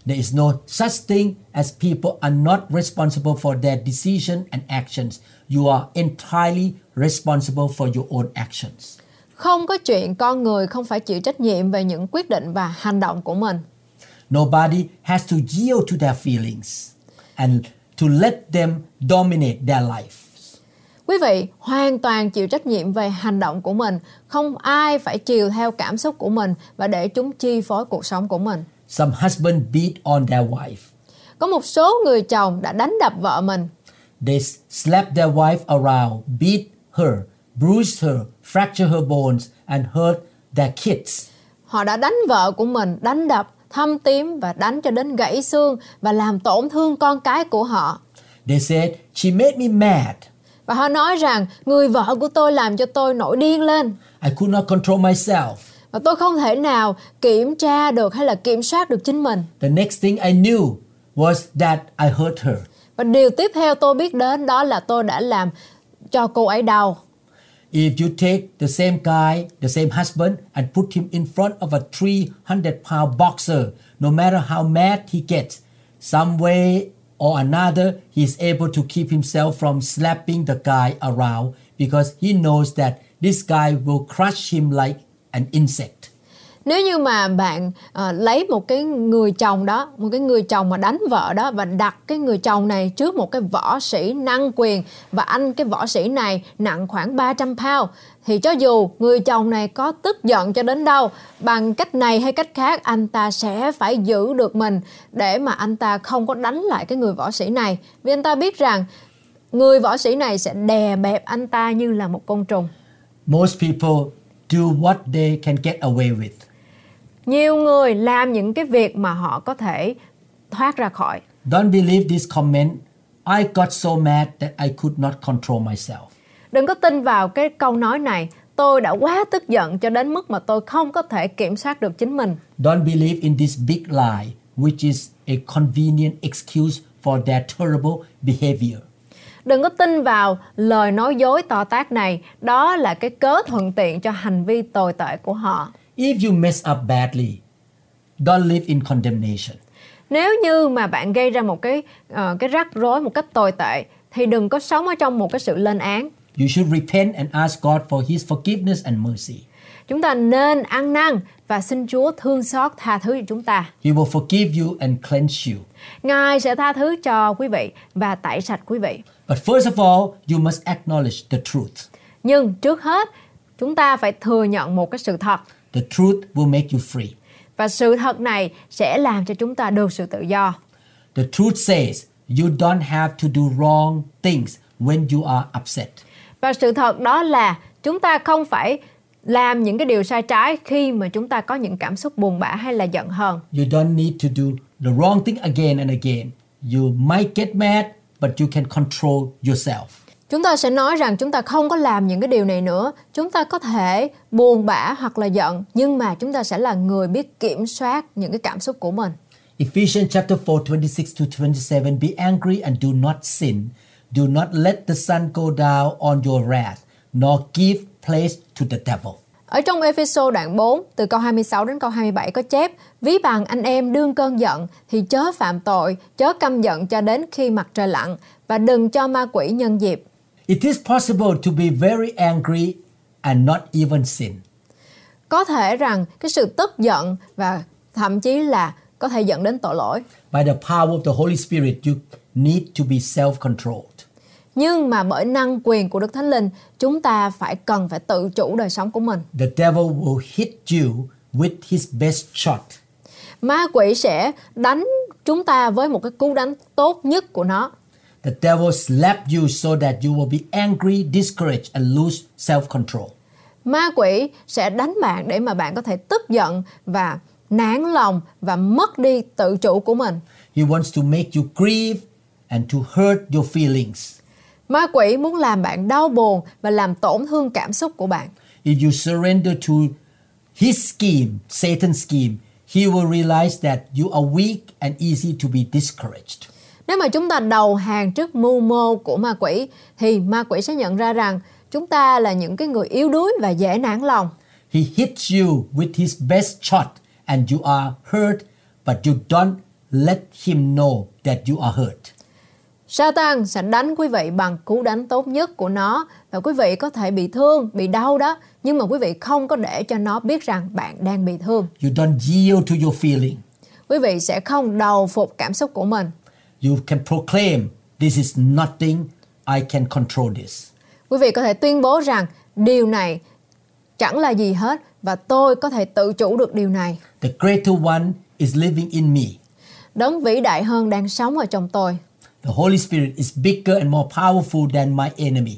Speaker 2: There is no such thing as people are not responsible for their decision and actions. You are entirely responsible for your own actions.
Speaker 1: Không có chuyện con người không phải chịu trách nhiệm về những quyết định và hành động của mình.
Speaker 2: Nobody has to yield to their feelings and to let them dominate their life.
Speaker 1: Quý vị hoàn toàn chịu trách nhiệm về hành động của mình, không ai phải chiều theo cảm xúc của mình và để chúng chi phối cuộc sống của mình.
Speaker 2: Some husband beat on their wife.
Speaker 1: Có một số người chồng đã đánh đập vợ mình,
Speaker 2: They s- slap their wife around, beat her, bruise her, fracture her bones, and hurt their kids.
Speaker 1: họ đã đánh vợ của mình, đánh đập, thâm tím và đánh cho đến gãy xương và làm tổn thương con cái của họ.
Speaker 2: They said, She made me mad.
Speaker 1: Và Và họ nói rằng người vợ của tôi làm cho tôi nổi điên lên.
Speaker 2: I could not control myself.
Speaker 1: Và tôi không thể nào kiểm tra được hay là kiểm soát được chính mình.
Speaker 2: The next thing I knew was that I hurt her.
Speaker 1: Và điều tiếp theo tôi biết đến đó là tôi đã làm cho cô ấy đau.
Speaker 2: If you take the same guy, the same husband, and put him in front of a 300 pound boxer, no matter how mad he gets, some way or another, he is able to keep himself from slapping the guy around because he knows that this guy will crush him like an insect.
Speaker 1: Nếu như mà bạn ờ, lấy một cái người chồng đó, một cái người chồng mà đánh vợ đó và đặt cái người chồng này trước một cái võ sĩ năng quyền và anh cái võ sĩ này nặng khoảng 300 pound thì cho dù người chồng này có tức giận cho đến đâu bằng cách này hay cách khác anh ta sẽ phải giữ được mình để mà anh ta không có đánh lại cái người võ sĩ này vì anh ta biết rằng người võ sĩ này sẽ đè bẹp anh ta như là một côn trùng.
Speaker 2: Most people do what they can get away with.
Speaker 1: Nhiều người làm những cái việc mà họ có thể thoát ra khỏi.
Speaker 2: Don't believe this comment. I got so mad that I could not control myself.
Speaker 1: Đừng có tin vào cái câu nói này, tôi đã quá tức giận cho đến mức mà tôi không có thể kiểm soát được chính mình.
Speaker 2: Don't believe in this big lie, which is a convenient excuse for their terrible behavior.
Speaker 1: Đừng có tin vào lời nói dối to tát này, đó là cái cớ thuận tiện cho hành vi tồi tệ của họ.
Speaker 2: If you mess up badly, don't live in condemnation.
Speaker 1: Nếu như mà bạn gây ra một cái ờ, cái rắc rối một cách tồi tệ thì đừng có sống ở trong một cái sự lên án.
Speaker 2: You should repent and ask God for His forgiveness and mercy.
Speaker 1: Chúng ta nên ăn năn và xin Chúa thương xót tha thứ cho chúng ta.
Speaker 2: He will forgive you and cleanse you.
Speaker 1: Ngài sẽ tha thứ cho quý vị và tẩy sạch quý vị.
Speaker 2: But first of all, you must acknowledge the truth.
Speaker 1: Nhưng trước hết, chúng ta phải thừa nhận một cái sự thật
Speaker 2: The truth will make you free.
Speaker 1: và sự thật này sẽ làm cho chúng ta được sự tự do.
Speaker 2: The truth says you don't have to do wrong things when you are upset.
Speaker 1: Và sự thật đó là chúng ta không phải làm những cái điều sai trái khi mà chúng ta có những cảm xúc buồn bã hay là giận hờn.
Speaker 2: You don't need to do the wrong thing again and again. You might get mad, but you can control yourself.
Speaker 1: Chúng ta sẽ nói rằng chúng ta không có làm những cái điều này nữa, chúng ta có thể buồn bã hoặc là giận, nhưng mà chúng ta sẽ là người biết kiểm soát những cái cảm xúc của mình.
Speaker 2: Ephesians chapter 4 26 to 27 Be angry and do not sin. Do not let the sun go down on your wrath, nor give place to the devil.
Speaker 1: Ở trong Ephesos đoạn 4, từ câu 26 đến câu 27 có chép, ví bằng anh em đương cơn giận thì chớ phạm tội, chớ căm giận cho đến khi mặt trời lặn và đừng cho ma quỷ nhân dịp.
Speaker 2: It is possible to be very angry and not even sin.
Speaker 1: Có thể rằng cái sự tức giận và thậm chí là có thể dẫn đến tội lỗi.
Speaker 2: By the power of the Holy Spirit, you need to be self controlled.
Speaker 1: Nhưng mà bởi năng quyền của Đức Thánh Linh, chúng ta phải cần phải tự chủ đời sống của mình.
Speaker 2: The devil will hit you with his best shot.
Speaker 1: Ma quỷ sẽ đánh chúng ta với một cái cú đánh tốt nhất của nó.
Speaker 2: The devil slap you so that you will be angry, discouraged, and lose self control.
Speaker 1: Ma quỷ sẽ đánh bạn để mà bạn có thể tức giận và nản lòng và mất đi tự chủ của mình.
Speaker 2: He wants to make you grieve and to hurt your feelings.
Speaker 1: Ma quỷ muốn làm bạn đau buồn và làm tổn thương cảm xúc của bạn.
Speaker 2: If you surrender to his scheme, Satan's scheme, he will realize that you are weak and easy to be discouraged.
Speaker 1: Nếu mà chúng ta đầu hàng trước mưu mô của ma quỷ thì ma quỷ sẽ nhận ra rằng chúng ta là những cái người yếu đuối và dễ nản lòng.
Speaker 2: He hits you with his best shot and you are hurt, but you don't let him know that you are hurt.
Speaker 1: Satan sẽ đánh quý vị bằng cú đánh tốt nhất của nó và quý vị có thể bị thương, bị đau đó, nhưng mà quý vị không có để cho nó biết rằng bạn đang bị thương.
Speaker 2: You don't yield to your feeling.
Speaker 1: Quý vị sẽ không đầu phục cảm xúc của mình.
Speaker 2: You can proclaim, This is nothing, I can control this.
Speaker 1: Quý vị có thể tuyên bố rằng điều này chẳng là gì hết và tôi có thể tự chủ được điều này.
Speaker 2: The greater one is living in me.
Speaker 1: Đấng vĩ đại hơn đang sống ở trong tôi
Speaker 2: The Holy Spirit is bigger and more powerful than my enemy.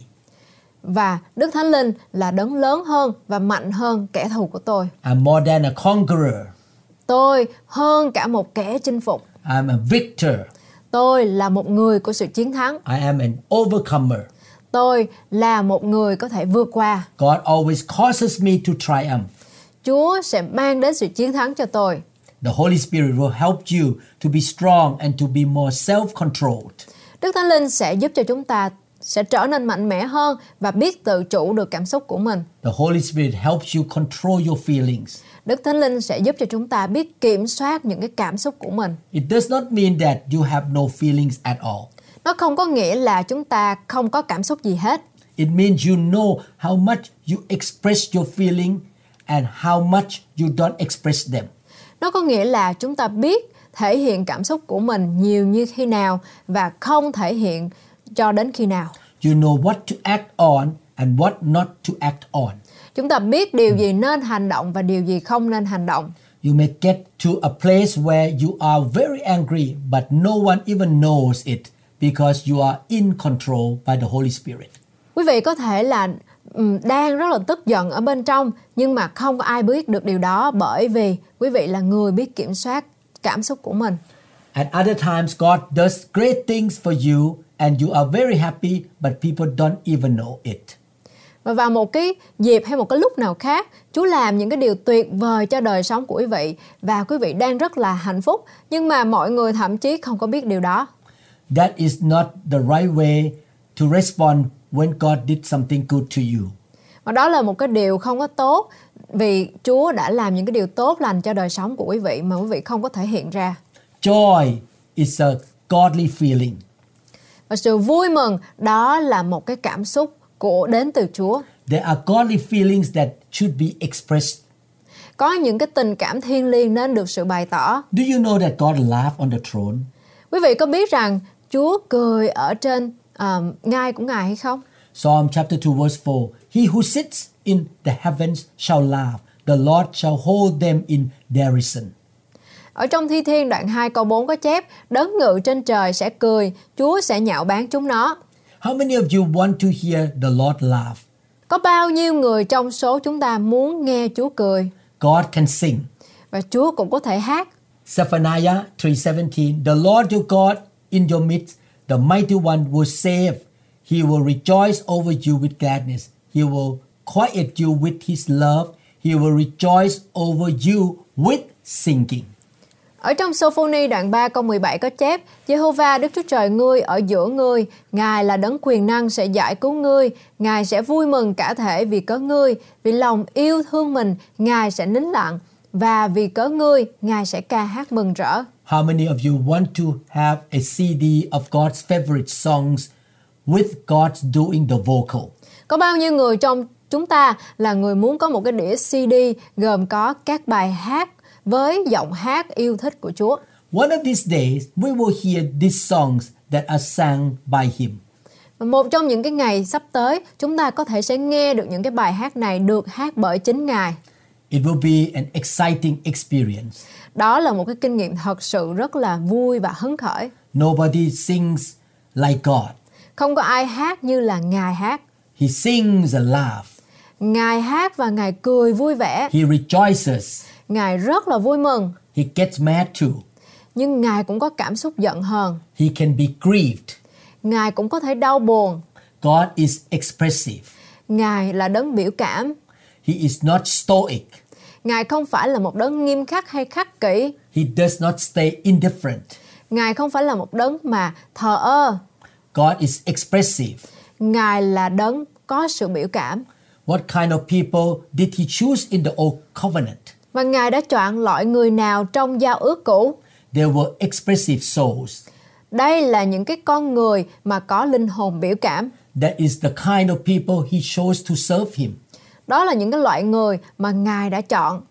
Speaker 1: và Đức Thánh Linh là đấng lớn hơn và mạnh hơn kẻ thù của tôi.
Speaker 2: I'm more than a conqueror.
Speaker 1: Tôi hơn cả một kẻ chinh phục.
Speaker 2: I'm a victor.
Speaker 1: Tôi là một người của sự chiến thắng.
Speaker 2: I am an overcomer.
Speaker 1: Tôi là một người có thể vượt qua.
Speaker 2: God always causes me to triumph.
Speaker 1: Chúa sẽ mang đến sự chiến thắng cho tôi.
Speaker 2: The Holy Spirit will help you to be strong and to be more self controlled.
Speaker 1: Đức Thánh Linh sẽ giúp cho chúng ta sẽ trở nên mạnh mẽ hơn và biết tự chủ được cảm xúc của mình.
Speaker 2: The Holy Spirit helps you control your feelings.
Speaker 1: Đức Thánh Linh sẽ giúp cho chúng ta biết kiểm soát những cái cảm xúc của mình.
Speaker 2: It does not mean that you have no feelings at all.
Speaker 1: Nó không có nghĩa là chúng ta không có cảm xúc gì hết.
Speaker 2: It means you know how much you express your feeling and how much you don't express them.
Speaker 1: Nó có nghĩa là chúng ta biết thể hiện cảm xúc của mình nhiều như khi nào và không thể hiện cho đến khi nào.
Speaker 2: You know what to act on and what not to act on.
Speaker 1: Chúng ta biết điều gì nên hành động và điều gì không nên hành động.
Speaker 2: You may get to a place where you are very angry, but no one even knows it because you are in control by the Holy Spirit.
Speaker 1: Quý vị có thể là ừm, đang rất là tức giận ở bên trong nhưng mà không có ai biết được điều đó bởi vì quý vị là người biết kiểm soát cảm xúc của mình.
Speaker 2: At other times, God does great things for you and you are very happy, but people don't even know it.
Speaker 1: Và vào một cái dịp hay một cái lúc nào khác, Chúa làm những cái điều tuyệt vời cho đời sống của quý vị và quý vị đang rất là hạnh phúc nhưng mà mọi người thậm chí không có biết điều đó.
Speaker 2: That is not the right way to respond when God did something good to you.
Speaker 1: Và đó là một cái điều không có tốt vì Chúa đã làm những cái điều tốt lành cho đời sống của quý vị mà quý vị không có thể hiện ra.
Speaker 2: Joy is a godly feeling.
Speaker 1: Và sự vui mừng đó là một cái cảm xúc của đến từ Chúa.
Speaker 2: There are godly feelings that should be expressed.
Speaker 1: Có những cái tình cảm thiêng liêng nên được sự bày tỏ.
Speaker 2: Do you know that God laughed on the throne?
Speaker 1: Quý vị có biết rằng Chúa cười ở trên à, ngai của Ngài hay không?
Speaker 2: Psalm chapter 2 verse 4. He who sits in the heavens shall laugh. The Lord shall hold them in derision.
Speaker 1: Ở trong Thi Thiên đoạn 2 câu 4 có chép, đấng ngự trên trời sẽ cười, Chúa sẽ nhạo báng chúng nó.
Speaker 2: How many of you want to hear the Lord laugh?
Speaker 1: Có bao nhiêu người trong số chúng ta muốn nghe Chúa cười?
Speaker 2: God can sing.
Speaker 1: Và Chúa cũng có thể hát.
Speaker 2: Zephaniah 3:17 The Lord your God in your midst the mighty one will save he will rejoice over you with gladness he will quiet you with his love he will rejoice over you with singing
Speaker 1: Ở trong Sophoni đoạn 3 câu 17 có chép, Jehovah Đức Chúa Trời ngươi ở giữa ngươi, Ngài là đấng quyền năng sẽ giải cứu ngươi, Ngài sẽ vui mừng cả thể vì cớ ngươi, vì lòng yêu thương mình, Ngài sẽ nín lặng, và vì cớ ngươi, Ngài sẽ ca hát mừng rỡ.
Speaker 2: How many of you want to have a CD of God's favorite songs with God doing the vocal
Speaker 1: Có bao nhiêu người trong chúng ta là người muốn có một cái đĩa CD gồm có các bài hát với giọng hát yêu thích của Chúa.
Speaker 2: One of these days we will hear these songs that are sung by him
Speaker 1: Và Một trong những cái ngày sắp tới, chúng ta có thể sẽ nghe được những cái bài hát này được hát bởi chính Ngài.
Speaker 2: it will be an exciting experience
Speaker 1: Đó là một cái kinh nghiệm thật sự rất là vui và hứng khởi.
Speaker 2: nobody sings like God
Speaker 1: Không có ai hát như là Ngài hát.
Speaker 2: he sings a laugh
Speaker 1: Ngài hát và Ngài cười vui vẻ,
Speaker 2: He rejoices.
Speaker 1: Ngài rất là vui mừng,
Speaker 2: He gets mad too.
Speaker 1: nhưng Ngài cũng có cảm xúc giận hờn,
Speaker 2: He can be grieved.
Speaker 1: Ngài cũng có thể đau buồn,
Speaker 2: God is expressive.
Speaker 1: Ngài là đấng biểu cảm,
Speaker 2: He is not stoic.
Speaker 1: Ngài không phải là một đấng nghiêm khắc hay khắc kỷ.
Speaker 2: He does not stay indifferent.
Speaker 1: Ngài không phải là một đấng mà thờ ơ.
Speaker 2: God is expressive.
Speaker 1: Ngài là đấng có sự biểu cảm.
Speaker 2: What kind of people did he choose in the old covenant?
Speaker 1: Và Ngài đã chọn loại người nào trong giao ước cũ.
Speaker 2: They were expressive souls.
Speaker 1: Đây là những cái con người mà có linh hồn biểu cảm.
Speaker 2: That is the kind of people he chose to serve him.
Speaker 1: Đó là những cái loại người mà Ngài đã chọn.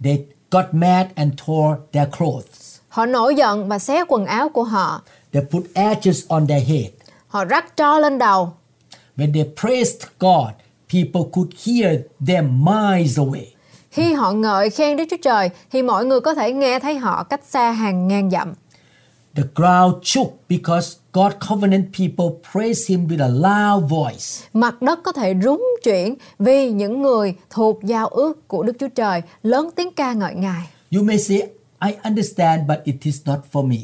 Speaker 2: They got mad and tore their clothes.
Speaker 1: Họ nổi giận và xé quần áo của họ.
Speaker 2: They put ashes on their head.
Speaker 1: Họ rắc tro lên đầu.
Speaker 2: When they praised God, people could hear them miles away.
Speaker 1: Khi họ ngợi khen Đức Chúa Trời thì mọi người có thể nghe thấy họ cách xa hàng ngàn dặm.
Speaker 2: The crowd shook because God covenant people praised him with a loud voice.
Speaker 1: Mặt đất có thể rúng chuyển vì những người thuộc giao ước của Đức Chúa Trời lớn tiếng ca ngợi Ngài.
Speaker 2: You may say, I understand, but it is not for me.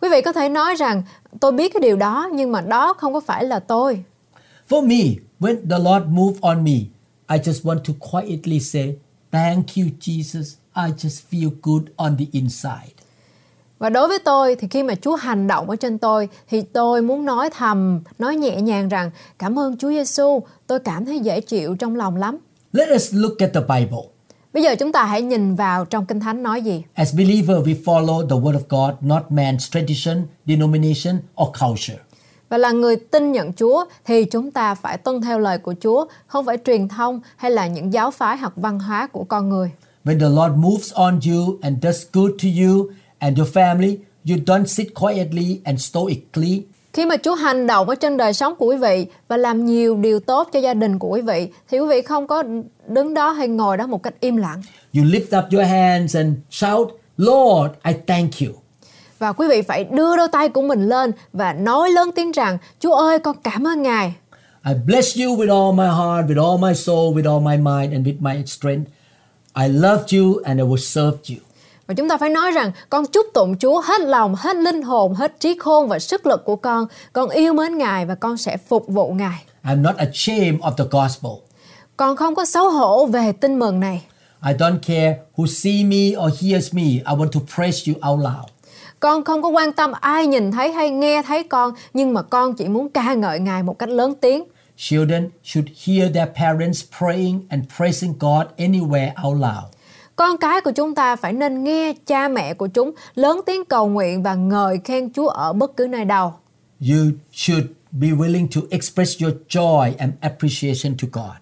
Speaker 1: Quý vị có thể nói rằng tôi biết cái điều đó nhưng mà đó không có phải là tôi.
Speaker 2: For me, when the Lord moved on me, I just want to quietly say, Thank you, Jesus. I just feel good on the inside.
Speaker 1: Và đối với tôi thì khi mà Chúa hành động ở trên tôi thì tôi muốn nói thầm, nói nhẹ nhàng rằng cảm ơn Chúa Giêsu, tôi cảm thấy dễ chịu trong lòng lắm.
Speaker 2: Let us look at the Bible.
Speaker 1: Bây giờ chúng ta hãy nhìn vào trong Kinh Thánh nói gì.
Speaker 2: As believer, we follow the Word of God, not man's tradition, denomination, or culture.
Speaker 1: Và là người tin nhận Chúa thì chúng ta phải tuân theo lời của Chúa, không phải truyền thông hay là những giáo phái hoặc văn hóa của con người.
Speaker 2: When the Lord moves on you and does good to you and your family, you don't sit quietly and stoically.
Speaker 1: Khi mà Chúa hành động ở trên đời sống của quý vị và làm nhiều điều tốt cho gia đình của quý vị thì quý vị không có đứng đó hay ngồi đó một cách im lặng
Speaker 2: You lift up your hands and shout, Lord, I thank you.
Speaker 1: và quý vị phải đưa đôi tay của mình lên và nói lớn tiếng rằng Chúa ơi con cảm ơn Ngài.
Speaker 2: I bless you with all my heart, with all my soul, with all my mind, and with my strength. I loved you and I will serve you.
Speaker 1: Và chúng ta phải nói rằng con chúc tụng Chúa hết lòng, hết linh hồn, hết trí khôn và sức lực của con. Con yêu mến Ngài và con sẽ phục vụ Ngài.
Speaker 2: I'm not ashamed of the gospel.
Speaker 1: Con không có xấu hổ về tin mừng này.
Speaker 2: I don't care who see me or hears me. I want to praise you out loud.
Speaker 1: Con không có quan tâm ai nhìn thấy hay nghe thấy con, nhưng mà con chỉ muốn ca ngợi Ngài một cách lớn tiếng.
Speaker 2: Children should hear their parents praying and praising God anywhere out loud.
Speaker 1: Con cái của chúng ta phải nên nghe cha mẹ của chúng lớn tiếng cầu nguyện và ngợi khen Chúa ở bất cứ nơi đâu.
Speaker 2: You should be willing to express your joy and appreciation to God.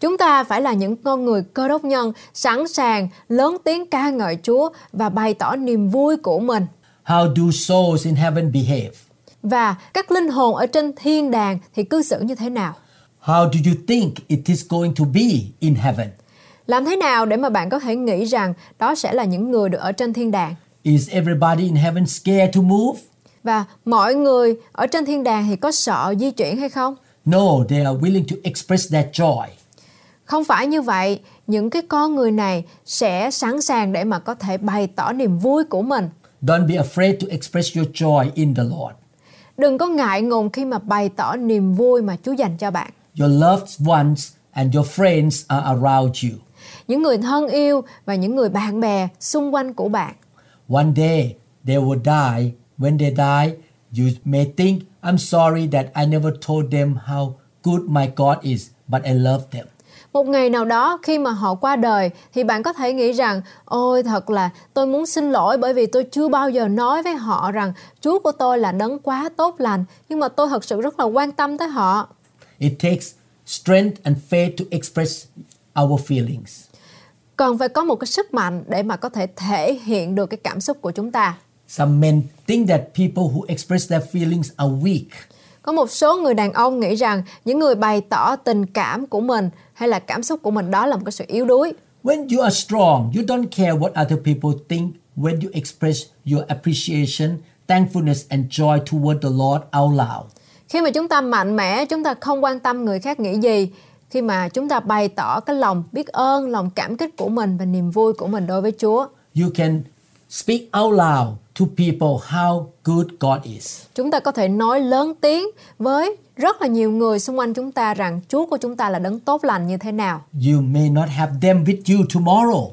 Speaker 1: Chúng ta phải là những con người cơ đốc nhân sẵn sàng lớn tiếng ca ngợi Chúa và bày tỏ niềm vui của mình.
Speaker 2: How do souls in heaven behave?
Speaker 1: Và các linh hồn ở trên thiên đàng thì cư xử như thế nào?
Speaker 2: How do you think it is going to be in heaven?
Speaker 1: Làm thế nào để mà bạn có thể nghĩ rằng đó sẽ là những người được ở trên thiên đàng?
Speaker 2: Is everybody in heaven scared to move?
Speaker 1: Và mọi người ở trên thiên đàng thì có sợ di chuyển hay không?
Speaker 2: No, they are willing to express their joy.
Speaker 1: Không phải như vậy, những cái con người này sẽ sẵn sàng để mà có thể bày tỏ niềm vui của mình.
Speaker 2: Don't be afraid to express your joy in the Lord.
Speaker 1: Đừng có ngại ngùng khi mà bày tỏ niềm vui mà Chúa dành cho bạn.
Speaker 2: Your loved ones and your friends are around you.
Speaker 1: Những người thân yêu và những người bạn bè xung quanh của bạn.
Speaker 2: One day they will die. When they die, you may think, I'm sorry that I never told them how good my God is, but I love them.
Speaker 1: Một ngày nào đó khi mà họ qua đời thì bạn có thể nghĩ rằng Ôi thật là tôi muốn xin lỗi bởi vì tôi chưa bao giờ nói với họ rằng Chúa của tôi là đấng quá tốt lành Nhưng mà tôi thật sự rất là quan tâm tới họ
Speaker 2: It takes strength and faith to express our feelings.
Speaker 1: Cần phải có một cái sức mạnh để mà có thể thể hiện được cái cảm xúc của chúng ta
Speaker 2: Some men think that people who express their feelings are weak.
Speaker 1: Có một số người đàn ông nghĩ rằng những người bày tỏ tình cảm của mình hay là cảm xúc của mình đó là một cái sự yếu đuối
Speaker 2: When you are strong, you don't care what other people think when you express your appreciation, thankfulness, and joy toward the Lord out loud.
Speaker 1: Khi mà chúng ta mạnh mẽ, chúng ta không quan tâm người khác nghĩ gì. Khi mà chúng ta bày tỏ cái lòng biết ơn, lòng cảm kích của mình và niềm vui của mình đối với Chúa,
Speaker 2: You can speak out loud to people how good God is.
Speaker 1: chúng ta có thể nói lớn tiếng với rất là nhiều người xung quanh chúng ta rằng Chúa của chúng ta là đấng tốt lành như thế nào.
Speaker 2: You may not have them with you tomorrow,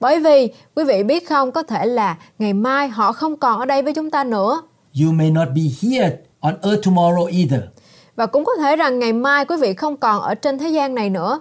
Speaker 1: Bởi vì quý vị biết không, có thể là ngày mai họ không còn ở đây với chúng ta nữa.
Speaker 2: you may not be here on earth tomorrow either.
Speaker 1: Và cũng có thể rằng ngày mai quý vị không còn ở trên thế gian này nữa.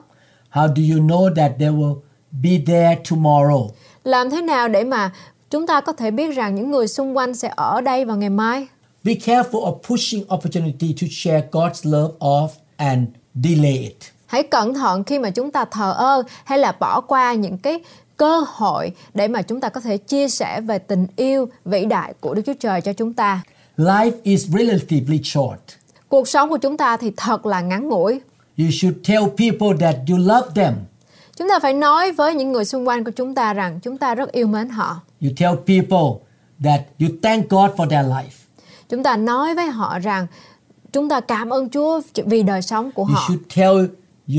Speaker 2: How do you know that they will be there tomorrow?
Speaker 1: Làm thế nào để mà chúng ta có thể biết rằng những người xung quanh sẽ ở đây vào ngày mai?
Speaker 2: Be careful of pushing opportunity to share God's love off and delay it.
Speaker 1: Hãy cẩn thận khi mà chúng ta thờ ơ hay là bỏ qua những cái cơ hội để mà chúng ta có thể chia sẻ về tình yêu vĩ đại của Đức Chúa Trời cho chúng ta.
Speaker 2: Life is relatively short.
Speaker 1: Cuộc sống của chúng ta thì thật là ngắn ngủi.
Speaker 2: You should tell people that you love them.
Speaker 1: Chúng ta phải nói với những người xung quanh của chúng ta rằng chúng ta rất yêu mến họ.
Speaker 2: You tell people that you thank God for their life.
Speaker 1: Chúng ta nói với họ rằng chúng ta cảm ơn Chúa vì đời sống của
Speaker 2: You
Speaker 1: họ.
Speaker 2: should tell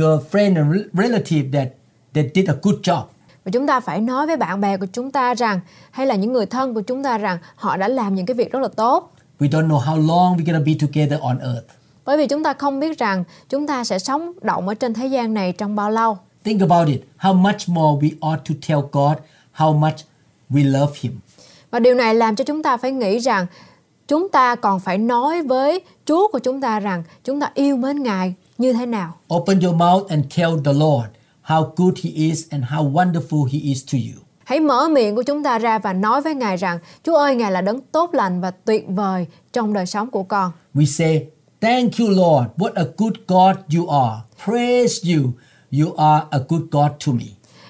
Speaker 2: your friend and rel- relative that they did a good job.
Speaker 1: Và chúng ta phải nói với bạn bè của chúng ta rằng hay là những người thân của chúng ta rằng họ đã làm những cái việc rất là tốt.
Speaker 2: We don't know how long we're going to be together on earth.
Speaker 1: bởi vì chúng ta không biết rằng chúng ta sẽ sống động ở trên thế gian này trong bao lâu.
Speaker 2: Think about it. How much more we ought to tell God how much we love Him.
Speaker 1: Và điều này làm cho chúng ta phải nghĩ rằng chúng ta còn phải nói với Chúa của chúng ta rằng chúng ta yêu mến Ngài như thế nào.
Speaker 2: Open your mouth and tell the Lord how good He is and how wonderful He is to you.
Speaker 1: Hãy mở miệng của chúng ta ra và nói với Ngài rằng Chúa ơi Ngài là đấng tốt lành và tuyệt vời trong đời sống của con.
Speaker 2: We say, Thank you, Lord. What a good God you are. Praise you. You are a good God to me.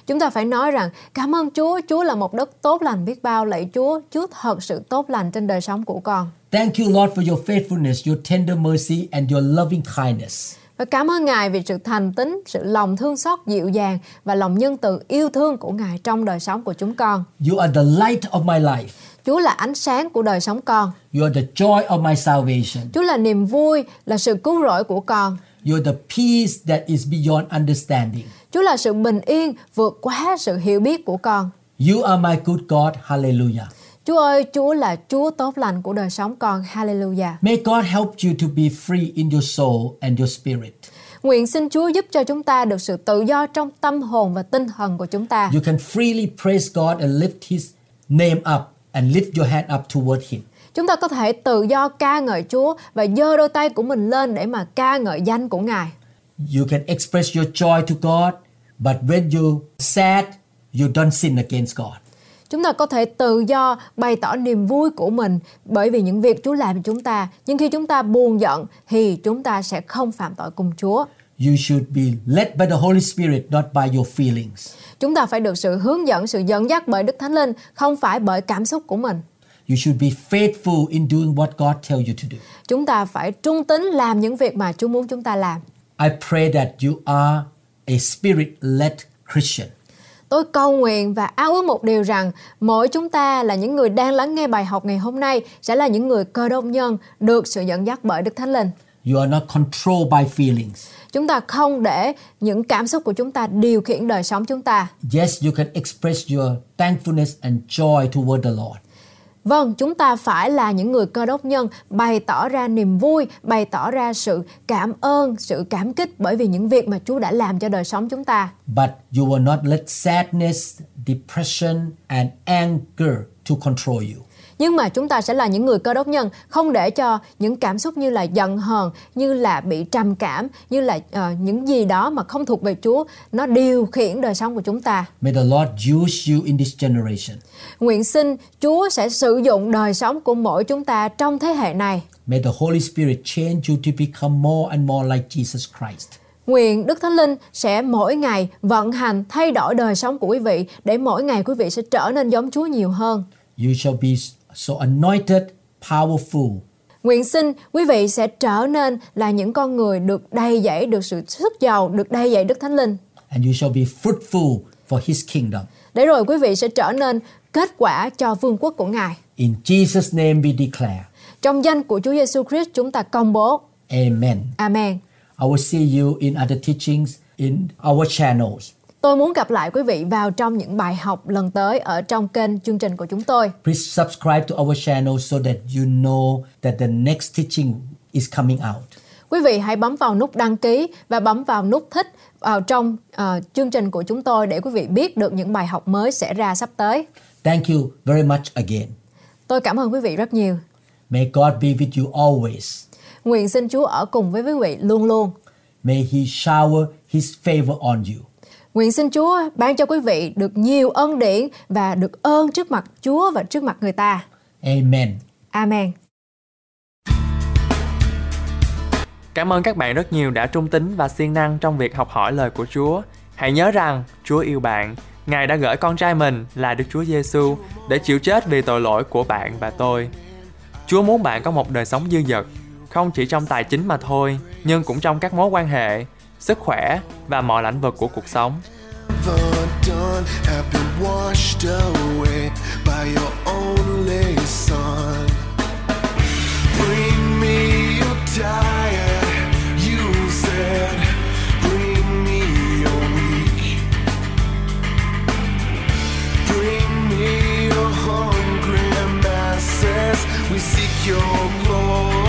Speaker 1: Chúng ta phải nói rằng cảm ơn Chúa, Chúa là một đất tốt lành biết bao lạy Chúa, Chúa thật sự tốt lành trên đời sống của con.
Speaker 2: Thank you, Lord, for your faithfulness, your tender mercy, and your loving kindness.
Speaker 1: Và cảm ơn Ngài vì sự thành tín, sự lòng thương xót dịu dàng và lòng nhân từ yêu thương của Ngài trong đời sống của chúng con.
Speaker 2: You are the light of my life.
Speaker 1: Chúa là ánh sáng của đời sống con.
Speaker 2: You are the joy of my salvation.
Speaker 1: Chúa là niềm vui, là sự cứu rỗi của con.
Speaker 2: You are the peace that is beyond understanding.
Speaker 1: Chúa là sự bình yên vượt quá sự hiểu biết của con.
Speaker 2: You are my good God. Hallelujah.
Speaker 1: Chúa ơi, Chúa là Chúa tốt lành của đời sống con. Hallelujah.
Speaker 2: May God help you to be free in your soul and your spirit.
Speaker 1: Nguyện xin Chúa giúp cho chúng ta được sự tự do trong tâm hồn và tinh thần của chúng ta.
Speaker 2: You can freely praise God and lift His name up and lift your hand up toward Him.
Speaker 1: Chúng ta có thể tự do ca ngợi Chúa và giơ đôi tay của mình lên để mà ca ngợi danh của Ngài.
Speaker 2: You can express your joy to God, but when you're sad, you don't sin against God.
Speaker 1: Chúng ta có thể tự do bày tỏ niềm vui của mình bởi vì những việc Chúa làm cho chúng ta. Nhưng khi chúng ta buồn giận thì chúng ta sẽ không phạm tội cùng Chúa.
Speaker 2: You should be led by the Holy Spirit, not by your feelings.
Speaker 1: Chúng ta phải được sự hướng dẫn, sự dẫn dắt bởi Đức Thánh Linh, không phải bởi cảm xúc của mình.
Speaker 2: You should be faithful in doing what God tells you to do.
Speaker 1: Chúng ta phải trung tín làm những việc mà Chúa muốn chúng ta làm.
Speaker 2: I pray that you are a spirit led Christian.
Speaker 1: Tôi cầu nguyện và ao ước một điều rằng mỗi chúng ta là những người đang lắng nghe bài học ngày hôm nay sẽ là những người cơ đốc nhân được sự dẫn dắt bởi Đức Thánh Linh.
Speaker 2: You are not controlled by feelings.
Speaker 1: Chúng ta không để những cảm xúc của chúng ta điều khiển đời sống chúng ta.
Speaker 2: Yes, you can express your thankfulness and joy toward the Lord.
Speaker 1: Vâng, chúng ta phải là những người cơ đốc nhân bày tỏ ra niềm vui, bày tỏ ra sự cảm ơn, sự cảm kích bởi vì những việc mà Chúa đã làm cho đời sống chúng ta.
Speaker 2: But you will not let sadness, depression, and anger to control you.
Speaker 1: Nhưng mà chúng ta sẽ là những người cơ đốc nhân không để cho những cảm xúc như là giận hờn, như là bị trầm cảm, như là ờ, những gì đó mà không thuộc về Chúa nó điều khiển đời sống của chúng ta.
Speaker 2: May the Lord use you in this generation.
Speaker 1: Nguyện xin Chúa sẽ sử dụng đời sống của mỗi chúng ta trong thế hệ này.
Speaker 2: May the Holy Spirit change you to become more and more like Jesus Christ.
Speaker 1: Nguyện Đức Thánh Linh sẽ mỗi ngày vận hành thay đổi đời sống của quý vị để mỗi ngày quý vị sẽ trở nên giống Chúa nhiều hơn.
Speaker 2: You shall be so anointed, powerful,
Speaker 1: Nguyện xin quý vị sẽ trở nên là những con người được đầy dẫy được sự sức giàu, được đầy dẫy Đức Thánh Linh.
Speaker 2: and you shall be fruitful for his kingdom.
Speaker 1: Để rồi quý vị sẽ trở nên kết quả cho vương quốc của Ngài.
Speaker 2: In Jesus' name we declare.
Speaker 1: Trong danh của Chúa Giêsu Christ chúng ta công bố.
Speaker 2: Amen.
Speaker 1: Amen.
Speaker 2: I will see you in other teachings in our channels.
Speaker 1: Tôi muốn gặp lại quý vị vào trong những bài học lần tới ở trong kênh chương trình của chúng tôi.
Speaker 2: Please subscribe to our channel so that you know that the next teaching is coming out.
Speaker 1: Quý vị hãy bấm vào nút đăng ký và bấm vào nút thích vào trong ờ, chương trình của chúng tôi để quý vị biết được những bài học mới sẽ ra sắp tới.
Speaker 2: Thank you very much again.
Speaker 1: Tôi cảm ơn quý vị rất nhiều.
Speaker 2: May God be with you always.
Speaker 1: Nguyện xin Chúa ở cùng với quý vị luôn luôn.
Speaker 2: May he shower his favor on you.
Speaker 1: Nguyện xin Chúa ban cho quý vị được nhiều ân điển và được ơn trước mặt Chúa và trước mặt người ta.
Speaker 2: Amen.
Speaker 1: Amen.
Speaker 3: Cảm ơn các bạn rất nhiều đã trung tín và siêng năng trong việc học hỏi lời của Chúa. Hãy nhớ rằng Chúa yêu bạn. Ngài đã gửi con trai mình là Đức Chúa Giêsu để chịu chết vì tội lỗi của bạn và tôi. Chúa muốn bạn có một đời sống dư dật, không chỉ trong tài chính mà thôi, nhưng cũng trong các mối quan hệ, sức khỏe và mọi lĩnh vực của cuộc sống.
Speaker 4: The dawn have been washed away by your only son. Bring me your tired, you said. Bring me your weak. Bring me your hungry masses. We seek your glory.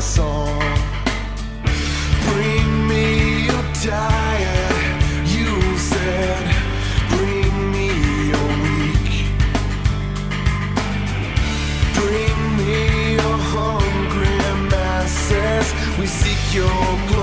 Speaker 4: song. Bring me your diet, you said. Bring me your weak. Bring me your hungry masses. We seek your glory.